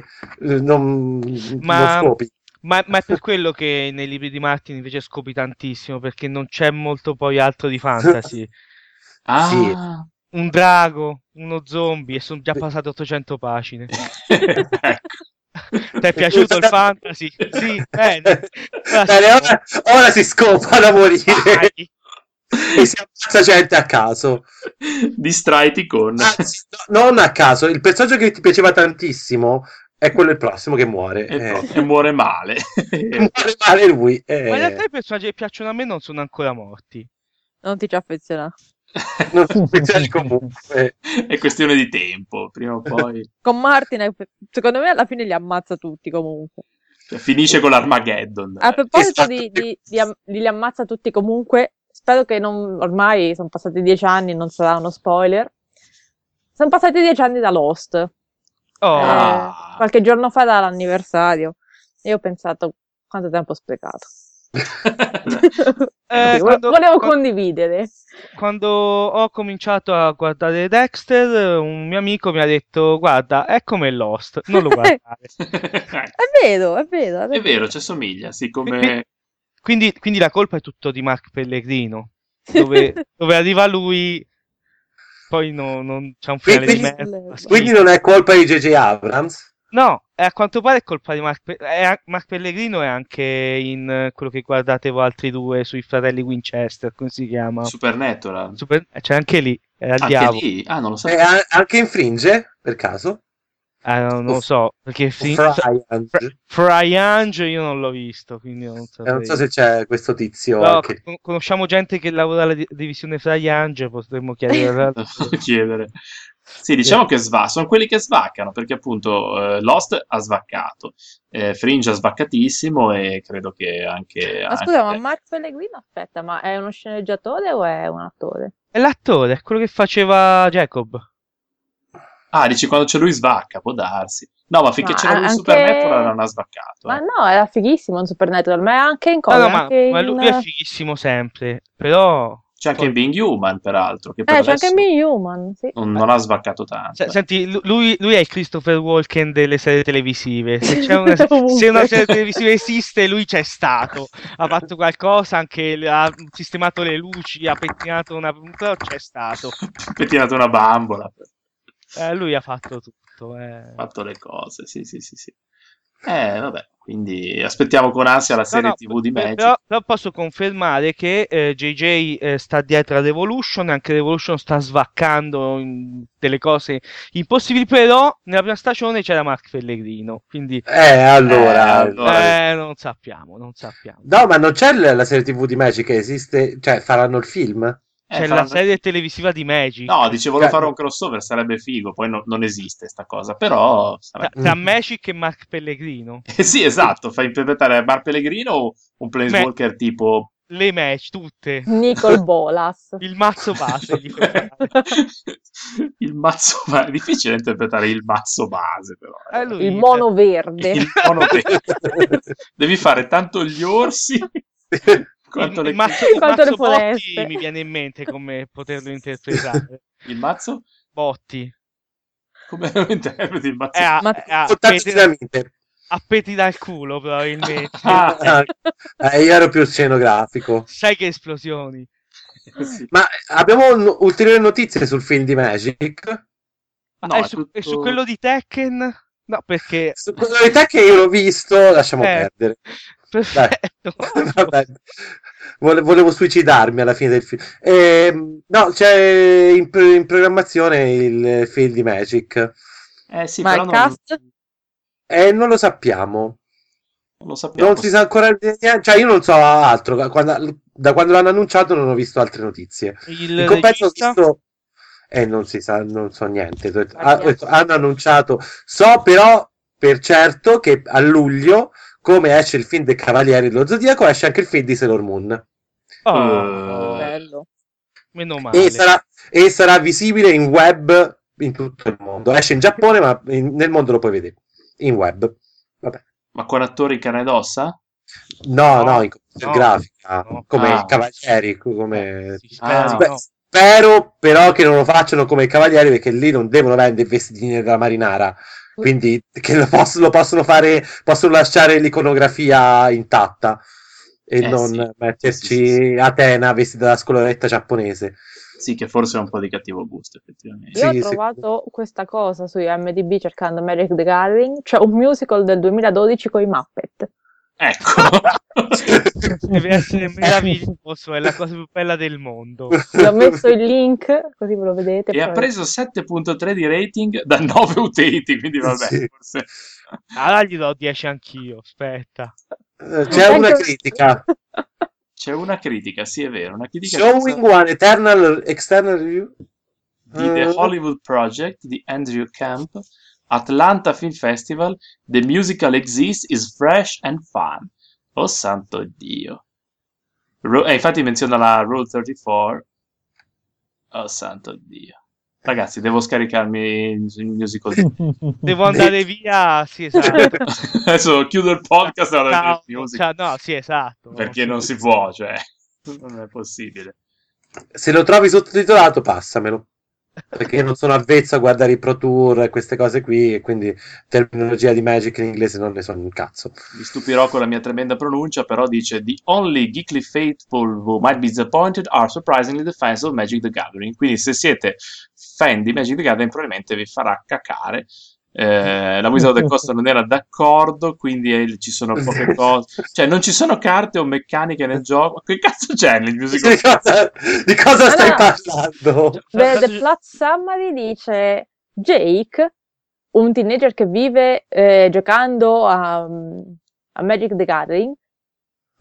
Speaker 7: eh, non,
Speaker 6: Ma-
Speaker 7: non scopi.
Speaker 6: Ma, ma è per quello che nei libri di Martin invece scopi tantissimo, perché non c'è molto poi altro di fantasy.
Speaker 1: Ah,
Speaker 3: <laughs>
Speaker 7: Sì.
Speaker 6: Un drago, uno zombie, e sono già passate 800 pagine.
Speaker 7: Ecco.
Speaker 6: Ti è piaciuto il fantasy? Sì, eh,
Speaker 7: <laughs>
Speaker 6: bene. Ora
Speaker 7: Bene, <laughs>
Speaker 6: sì.
Speaker 7: ora, ora si scopa da morire
Speaker 6: Vai.
Speaker 7: e si ammazza gente a caso.
Speaker 3: Distraiti con...
Speaker 7: Anzi, no- non a caso, il personaggio che ti piaceva tantissimo è quello il prossimo che muore.
Speaker 3: e,
Speaker 7: Eh,
Speaker 3: e muore male.
Speaker 7: <laughs> muore male lui. eh.
Speaker 6: Ma in realtà i personaggi che piacciono a me non sono ancora morti.
Speaker 8: Non ti ci affezionato.
Speaker 7: Non si piace
Speaker 6: <laughs>
Speaker 7: comunque.
Speaker 3: È questione di tempo, prima o poi.
Speaker 8: Con Martin, hai- secondo me, alla fine li ammazza tutti comunque.
Speaker 3: Cioè, finisce con l'Armageddon.
Speaker 6: Eh,
Speaker 4: A proposito
Speaker 7: Esatto.
Speaker 4: di, di-
Speaker 3: <laughs>
Speaker 4: di am- di li ammazza tutti comunque, spero che non, ormai sono passati dieci anni, non sarà uno spoiler. Sono passati dieci anni da Lost,
Speaker 6: Oh,
Speaker 3: Ah.
Speaker 4: Eh, qualche giorno fa dall'anniversario, e ho pensato quanto tempo ho sprecato. <laughs>
Speaker 6: eh,
Speaker 4: Sì, vo-
Speaker 6: quando,
Speaker 4: Volevo
Speaker 6: quando-
Speaker 4: condividere.
Speaker 6: quando ho cominciato a guardare Dexter, un mio amico mi ha detto: Guarda, è come Lost, non lo guardare.
Speaker 3: è
Speaker 8: È vero, è vero. è vero.
Speaker 3: vero, ci assomiglia, sì, come...
Speaker 6: Quindi, quindi la colpa è tutto di Mark Pellegrino,
Speaker 7: <laughs>
Speaker 6: dove, dove arriva lui, poi no- non c'è un finale di
Speaker 7: Quindi-
Speaker 6: merda. schifo.
Speaker 7: Quindi non è colpa di JJ Abrams.
Speaker 6: No, eh, a quanto pare è colpa di Mark, Pe- è an- Mark Pellegrino, è anche in eh, quello che guardate voi altri due sui fratelli Winchester, come si chiama?
Speaker 3: Supernatural.
Speaker 6: Super- eh, C'è anche lì, è al
Speaker 3: Anche
Speaker 6: diavolo.
Speaker 3: lì? Ah, non lo so.
Speaker 7: E a- Eh, anche in Fringe, per caso.
Speaker 6: Ah, no, non lo so, perché
Speaker 7: O
Speaker 6: fin-
Speaker 7: Fry,
Speaker 6: Fr- Fry Ange io non l'ho visto, quindi non
Speaker 7: Eh, non so
Speaker 6: saprei.
Speaker 7: se c'è questo tizio
Speaker 6: Però
Speaker 7: anche.
Speaker 6: con- conosciamo gente che lavora alla di- divisione Fry Ange, potremmo
Speaker 7: <laughs>
Speaker 6: chiedere.
Speaker 3: chiedere. Sì, diciamo che sva- sono quelli che svaccano, perché appunto eh, Lost ha svaccato, eh, Fringe ha svaccatissimo e credo che anche...
Speaker 4: Ma scusa, ma
Speaker 3: anche-
Speaker 4: Mark Pellegrino, aspetta, ma è uno sceneggiatore o è un attore?
Speaker 6: È l'attore, è quello che faceva Jacob.
Speaker 3: Ah, dici quando c'è lui svacca, può darsi. No, ma finché
Speaker 4: Ma
Speaker 3: c'era lui in
Speaker 4: anche-
Speaker 3: Supernatural non ha svaccato. eh.
Speaker 4: Ma no, era fighissimo in Supernatural, ma è anche in
Speaker 6: No,
Speaker 4: cosa?
Speaker 6: no, ma,
Speaker 4: anche
Speaker 6: ma
Speaker 4: in- eh,
Speaker 6: lui è fighissimo sempre, però...
Speaker 3: C'è anche
Speaker 6: poi-
Speaker 3: in Being Human, peraltro, che per
Speaker 4: Eh, c'è anche
Speaker 3: adesso
Speaker 4: Me Human, sì.
Speaker 3: non, non ha svaccato tanto.
Speaker 6: Se- Senti, lu- lui, lui è il Christopher Walken delle serie televisive. Se, c'è una,
Speaker 4: Ovunque.
Speaker 6: se una serie televisiva esiste, lui c'è stato. Ha fatto qualcosa, anche le- ha sistemato le luci, ha pettinato una però c'è stato.
Speaker 3: eh. Pettinato una bambola, ha
Speaker 6: Eh, lui ha fatto tutto. eh.
Speaker 3: fatto le cose, sì, sì, sì, sì. Eh, vabbè, quindi aspettiamo con ansia la
Speaker 6: No,
Speaker 3: serie
Speaker 6: no,
Speaker 3: TV di
Speaker 6: per-
Speaker 3: Magic.
Speaker 6: Però, però posso confermare che eh, JJ eh, sta dietro a Revolution, e anche Revolution sta svaccando in- delle cose impossibili, però nella prima stagione c'era Mark Pellegrino, quindi
Speaker 7: Eh, allora.
Speaker 3: Eh, allora-
Speaker 6: eh, non sappiamo, non sappiamo.
Speaker 7: No, ma non c'è la la serie TV di Magic che esiste, cioè faranno il film?
Speaker 3: Eh,
Speaker 6: C'è la
Speaker 3: faranno-
Speaker 6: serie televisiva di Magic.
Speaker 3: No, dicevo, volevo
Speaker 7: Cioè-
Speaker 3: fare un crossover, sarebbe figo, poi no- non esiste sta cosa,
Speaker 6: Cioè,
Speaker 3: però...
Speaker 6: tra,
Speaker 3: sarebbe- <laughs>
Speaker 6: tra Magic e Mark Pellegrino.
Speaker 3: Eh, sì, esatto, fai interpretare Bar Pellegrino o un planeswalker tipo...
Speaker 6: Le match, tutte. <laughs>
Speaker 4: Nicole Bolas.
Speaker 6: Il mazzo base. gli fai fare.
Speaker 3: il mazzo base, difficile interpretare il mazzo base però.
Speaker 6: Eh, lui-
Speaker 4: Il mono verde. <laughs>
Speaker 3: Il mono
Speaker 7: <laughs>
Speaker 3: verde. Devi fare tanto gli orsi <laughs> quanto
Speaker 6: il,
Speaker 3: le...
Speaker 6: il mazzo, il
Speaker 4: Quanto le
Speaker 6: mazzo Botti
Speaker 4: foreste.
Speaker 6: mi viene in mente
Speaker 4: <laughs>
Speaker 6: come poterlo interpretare.
Speaker 3: il mazzo?
Speaker 6: Botti.
Speaker 3: Come lo interpreti il mazzo?
Speaker 6: È a,
Speaker 8: Ma-
Speaker 3: Ah,
Speaker 6: è a
Speaker 7: Con tanto
Speaker 6: peti,
Speaker 7: dinamite.
Speaker 6: a peti dal culo, probabilmente.
Speaker 3: <laughs> Ah,
Speaker 7: Eh, io ero più scenografico.
Speaker 6: Sai che esplosioni.
Speaker 3: <laughs> sì.
Speaker 7: Ma eh, abbiamo un- ulteriori notizie sul film di Magic?
Speaker 3: Eh. No, è
Speaker 6: e, Eh, su,
Speaker 3: tutto-
Speaker 6: e su quello di Tekken? No, perché...
Speaker 7: Su quella verità che io l'ho visto, lasciamo
Speaker 6: Eh,
Speaker 7: perdere.
Speaker 6: <laughs> perfetto. <laughs>
Speaker 7: Vabbè. Vole- Volevo suicidarmi alla fine del film. Ehm, no, c'è in, pro- in programmazione il film di Magic.
Speaker 3: Eh sì,
Speaker 8: Ma
Speaker 3: però
Speaker 8: il
Speaker 3: non,
Speaker 8: cast?
Speaker 7: E non lo sappiamo.
Speaker 3: non lo sappiamo.
Speaker 7: Non si sa ancora niente. Cioè, io non so altro. da quando- da quando l'hanno annunciato non ho visto altre notizie.
Speaker 6: Il
Speaker 7: In compenso ho
Speaker 6: regista-
Speaker 7: visto... Eh, non si sa, non so niente. Ha-
Speaker 4: Abbiamo-
Speaker 7: hanno annunciato... So però per certo che a luglio, come esce il film dei Cavalieri dello Zodiaco, esce anche il film di Sailor Moon.
Speaker 6: Oh,
Speaker 3: Eh,
Speaker 4: Bello.
Speaker 6: meno male.
Speaker 7: E sarà, e sarà visibile in web in tutto il mondo. Esce in Giappone, ma in- nel mondo lo puoi vedere. In web. Vabbè.
Speaker 3: Ma con attori in carne ed ossa?
Speaker 7: No,
Speaker 6: No,
Speaker 7: no, in computer
Speaker 6: no,
Speaker 7: grafica.
Speaker 6: no.
Speaker 7: Come
Speaker 3: Ah.
Speaker 7: i Cavalieri, come...
Speaker 6: Eh, Si spera
Speaker 3: Ah.
Speaker 6: di
Speaker 7: Beh,
Speaker 6: no.
Speaker 7: Spero però che non lo facciano come i cavalieri perché lì non devono vendere i vestitini della marinara. Quindi che lo, poss- lo possono fare, possono lasciare l'iconografia intatta e
Speaker 3: Eh,
Speaker 7: non
Speaker 3: sì.
Speaker 7: metterci
Speaker 3: Sì, sì, sì.
Speaker 7: Atena vestita da scolaretta giapponese.
Speaker 3: Sì, che forse è un po' di cattivo gusto, effettivamente.
Speaker 4: Io
Speaker 7: Sì,
Speaker 4: ho
Speaker 7: sì.
Speaker 4: trovato questa cosa su IMDb cercando Magic the Gathering, cioè un musical del 2012 con i Muppet.
Speaker 3: Ecco.
Speaker 7: <laughs>
Speaker 6: Deve essere meraviglioso, è la cosa più bella del
Speaker 7: <laughs>
Speaker 6: mondo. <laughs>
Speaker 4: Vi ho messo il link, così ve lo vedete.
Speaker 3: e ha
Speaker 4: poi-
Speaker 3: preso 7.3 di rating da 9 utenti, quindi vabbè,
Speaker 7: Sì.
Speaker 3: forse.
Speaker 6: Allora gli do 10 anch'io, aspetta.
Speaker 7: Eh, C'è
Speaker 4: Anche-
Speaker 7: una
Speaker 4: <laughs>
Speaker 7: critica.
Speaker 3: C'è una critica, sì, è vero, una critica
Speaker 7: Showing one eternal external
Speaker 4: <laughs>
Speaker 7: review.
Speaker 3: di The Hollywood Project di Andrew Camp, Atlanta Film Festival, The Musical Exists is Fresh and Fun. Oh santo Dio. Ro- eh, infatti menziona la Rule 34. Oh santo Dio. Ragazzi, devo scaricarmi il il musical.
Speaker 5: <laughs>
Speaker 6: <laughs>
Speaker 7: <laughs>
Speaker 6: Devo andare via,
Speaker 3: <laughs>
Speaker 6: sì, esatto.
Speaker 3: Adesso chiudo il podcast e vado a vedere
Speaker 6: Ciao,
Speaker 3: il musical.
Speaker 6: ciao, no, sì, esatto.
Speaker 3: Perché non si può, cioè. <laughs> Non è possibile.
Speaker 7: Se lo trovi sottotitolato, passamelo. Perché non sono avvezzo a guardare i Pro Tour e queste cose qui, e quindi terminologia di Magic in inglese non ne so un cazzo.
Speaker 3: Mi stupirò con la mia tremenda pronuncia, però dice The only geekly faithful who might be disappointed are surprisingly the fans of Magic the Gathering. Quindi se siete fan di Magic the Gathering probabilmente vi farà cacare. Eh, la Wizard of the Coast non era d'accordo, quindi eh, ci sono
Speaker 6: <laughs>
Speaker 3: poche cose. Cioè non ci sono carte o meccaniche nel gioco. Che cazzo c'è nel
Speaker 7: Di
Speaker 3: musical?
Speaker 7: cosa, di cosa
Speaker 4: Ah,
Speaker 7: stai
Speaker 4: no.
Speaker 7: parlando?
Speaker 6: Cioè,
Speaker 4: Beh, The Plot Summary dice Jake, un teenager che vive eh, giocando a, mm, a Magic the Gathering,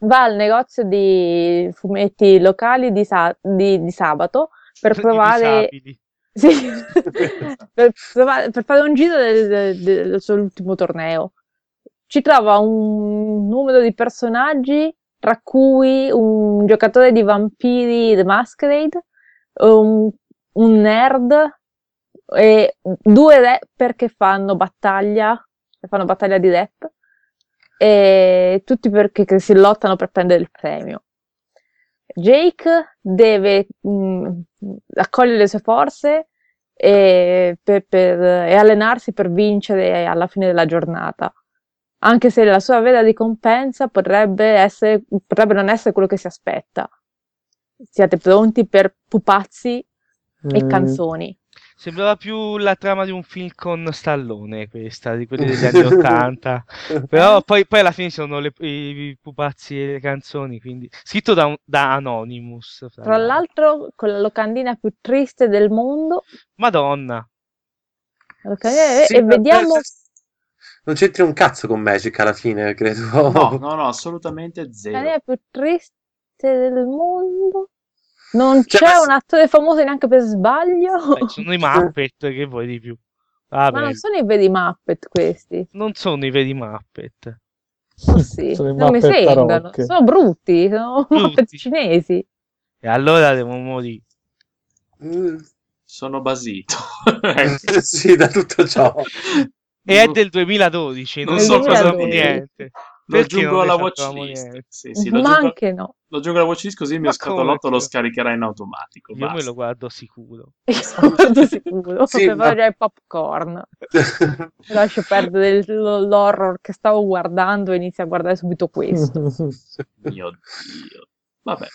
Speaker 4: va al negozio di fumetti locali di, sa- di- di sabato per provare, <laughs> sì, per, provare- per fare un giro del, del- del suo ultimo torneo. Ci trova un numero di personaggi, tra cui un giocatore di Vampiri The Masquerade, un, un nerd e due rapper che fanno battaglia, che fanno battaglia di rap e tutti perché che si lottano per prendere il premio. Jake deve mh, raccogliere le sue forze e, per- per- e allenarsi per vincere alla fine della giornata. Anche se la sua vera ricompensa potrebbe, essere, potrebbe non essere quello che si aspetta. Siate pronti per pupazzi
Speaker 5: Eh,
Speaker 4: e
Speaker 7: Mm.
Speaker 4: canzoni.
Speaker 6: Sembrava più la trama di un film con Stallone, questa, di quelli degli
Speaker 7: <laughs>
Speaker 6: anni 80. Però poi, poi alla fine sono le- i, i pupazzi e le canzoni, quindi scritto da, un- da Anonymous. fra
Speaker 4: Tra l'altro, con la locandina più triste del mondo,
Speaker 6: Madonna.
Speaker 4: la locandina-
Speaker 7: Sì,
Speaker 4: eh, e
Speaker 7: ma-
Speaker 4: vediamo
Speaker 7: Non c'entri un cazzo con Magic alla fine, credo.
Speaker 3: No, no, no, assolutamente
Speaker 4: la
Speaker 3: zero.
Speaker 4: locandina più triste del mondo. Non
Speaker 7: Cioè,
Speaker 4: c'è
Speaker 7: ma-
Speaker 4: un attore famoso neanche per sbaglio.
Speaker 6: Dai, sono
Speaker 4: <laughs>
Speaker 6: i Muppet, che vuoi di più? Vabbè,
Speaker 4: Ma
Speaker 6: non,
Speaker 4: non sono i veri Muppet questi.
Speaker 6: sono i veri Muppet.
Speaker 4: Oh,
Speaker 5: <laughs>
Speaker 4: sì.
Speaker 5: Sono i
Speaker 4: non mi
Speaker 5: Muppet
Speaker 4: sembrano.
Speaker 5: tarocche. <laughs>
Speaker 4: Sono
Speaker 3: <laughs>
Speaker 4: brutti. Sono
Speaker 6: Brutti.
Speaker 4: Muppet cinesi.
Speaker 6: E allora devo morire.
Speaker 7: Mm,
Speaker 3: Sono basito.
Speaker 7: <laughs> sì, da tutto ciò.
Speaker 6: E è del 2012,
Speaker 3: Non
Speaker 6: non,
Speaker 4: so
Speaker 6: so
Speaker 4: cosa
Speaker 6: cosa
Speaker 4: dire.
Speaker 6: niente.
Speaker 3: Lo
Speaker 6: Perché
Speaker 3: aggiungo
Speaker 6: non ne
Speaker 3: alla
Speaker 6: sappiamo
Speaker 3: watchlist.
Speaker 6: niente?
Speaker 3: Sì, sì, lo
Speaker 4: Ma
Speaker 3: aggiungo, <laughs>
Speaker 4: anche no.
Speaker 3: lo aggiungo alla watchlist così il mio
Speaker 6: Ma come
Speaker 3: scatolotto lo
Speaker 6: no?
Speaker 3: scaricherà in automatico.
Speaker 6: Io me
Speaker 3: basta.
Speaker 6: lo guardo sicuro.
Speaker 4: Io guardo sicuro.
Speaker 7: Sì,
Speaker 4: per
Speaker 7: ma-
Speaker 4: fare il popcorn. Lascio perdere il- l'horror che stavo guardando e inizio a guardare subito questo.
Speaker 3: Mio Dio. Vabbè.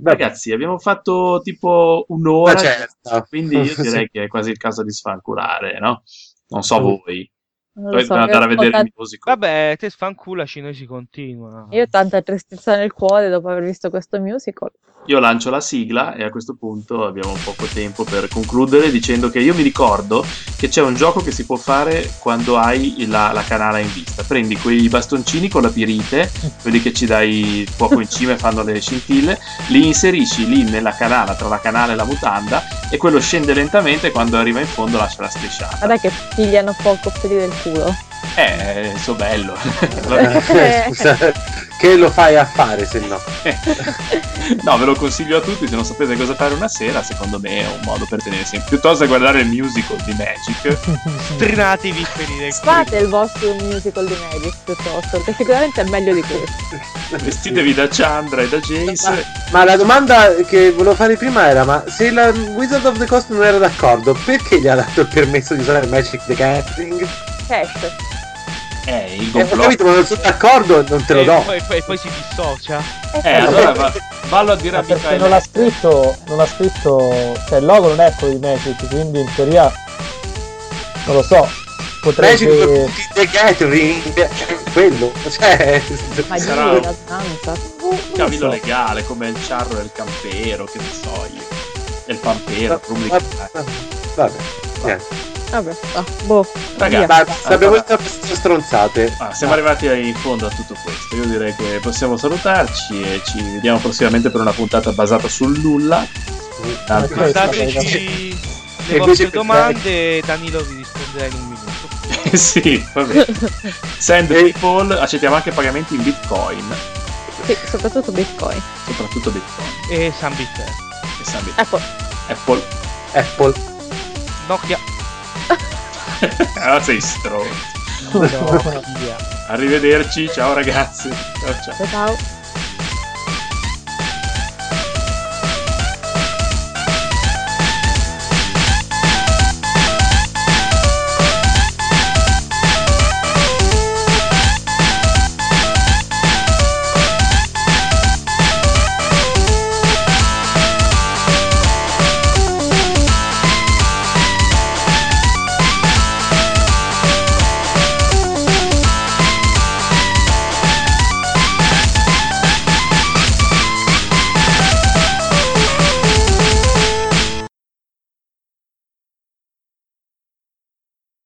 Speaker 7: Vabbè.
Speaker 3: Ragazzi, abbiamo fatto tipo un'ora,
Speaker 7: Una certa.
Speaker 3: quindi io direi
Speaker 7: Sì.
Speaker 3: che è quasi il caso di sfancurare, no? Non so
Speaker 7: Sì.
Speaker 3: voi.
Speaker 5: Mm.
Speaker 4: Non lo
Speaker 3: Dovete
Speaker 4: so,
Speaker 3: andare a
Speaker 4: io ho
Speaker 3: vedere
Speaker 4: tan-
Speaker 3: il musical.
Speaker 6: Vabbè, te sfanculaci, noi si continua.
Speaker 4: Io ho tanta tristezza nel cuore dopo aver visto questo musical.
Speaker 3: Io lancio la sigla e a questo punto abbiamo poco tempo per concludere dicendo che io mi ricordo che c'è un gioco che si può fare quando hai la, la canala in vista. Prendi quei bastoncini con la pirite, quelli che ci dai il fuoco in cima e fanno le scintille, li inserisci lì nella canala, tra la canala e la mutanda, e quello scende lentamente e quando arriva in fondo lascia la strisciata.
Speaker 4: Guarda che pigliano
Speaker 3: <laughs>
Speaker 4: poco per dire il culo.
Speaker 3: Eh, so bello.
Speaker 7: Eh, scusa, Che lo fai a fare se no?
Speaker 3: no, ve lo consiglio a tutti. Se non sapete cosa fare una sera, secondo me è un modo per tenersi. Piuttosto che guardare il musical di Magic,
Speaker 6: Strinatevi per
Speaker 4: Fate il vostro musical di Magic piuttosto, perché sicuramente è meglio di questo.
Speaker 3: vestitevi da Chandra e da Jace.
Speaker 7: Ma la domanda che volevo fare prima era: ma se la Wizard of the Coast non era d'accordo, perché gli ha dato il permesso di usare Magic the Gathering? Eh,
Speaker 4: Cash.
Speaker 3: <laughs> Eh, il
Speaker 7: ho
Speaker 3: complotto.
Speaker 7: capito, ma non sono d'accordo, non te lo
Speaker 6: e
Speaker 7: do.
Speaker 6: poi, poi- poi si dissocia.
Speaker 3: Eh, allora va- vallo a dire a
Speaker 5: Ma perché non l'ha
Speaker 3: Michael.
Speaker 5: scritto, non l'ha scritto, cioè il logo non è quello di Magic, quindi in teoria non lo so,
Speaker 7: Magic
Speaker 5: potrebbe
Speaker 7: the Gathering, cioè, quello, cioè.
Speaker 4: Ma
Speaker 3: Sarà-
Speaker 4: Dio, la danza.
Speaker 3: Cavillo
Speaker 5: so.
Speaker 3: legale, come il ciarro e il campero, che ne so io. E il pampero,
Speaker 7: Va-
Speaker 3: rubrica.
Speaker 7: Vabbè, niente.
Speaker 8: Vabbè, ah, boh.
Speaker 3: Ragazzi,
Speaker 7: Dai, abbiamo
Speaker 3: allora-
Speaker 7: detto queste stronzate.
Speaker 3: Ah, siamo arrivati in fondo a tutto questo. Io direi che possiamo salutarci e ci vediamo prossimamente per una puntata basata sul nulla. <laughs> Tanto-
Speaker 5: Ok.
Speaker 6: Mandateci le
Speaker 7: E
Speaker 6: vostre
Speaker 7: invece-
Speaker 6: domande e Danilo vi risponderà in un minuto.
Speaker 3: sì, va bene. Send PayPal, accettiamo anche pagamenti in Bitcoin,
Speaker 8: Sì, <laughs> soprattutto Bitcoin.
Speaker 3: soprattutto Bitcoin.
Speaker 6: E San Bitter.
Speaker 3: E San Bit-
Speaker 8: Ecco,
Speaker 3: Apple. <laughs>
Speaker 7: Apple.
Speaker 6: Nokia.
Speaker 3: ah, sei stronzo.
Speaker 6: Nokia.
Speaker 3: Arrivederci, ciao ragazzi. Ciao ciao.
Speaker 4: Ciao.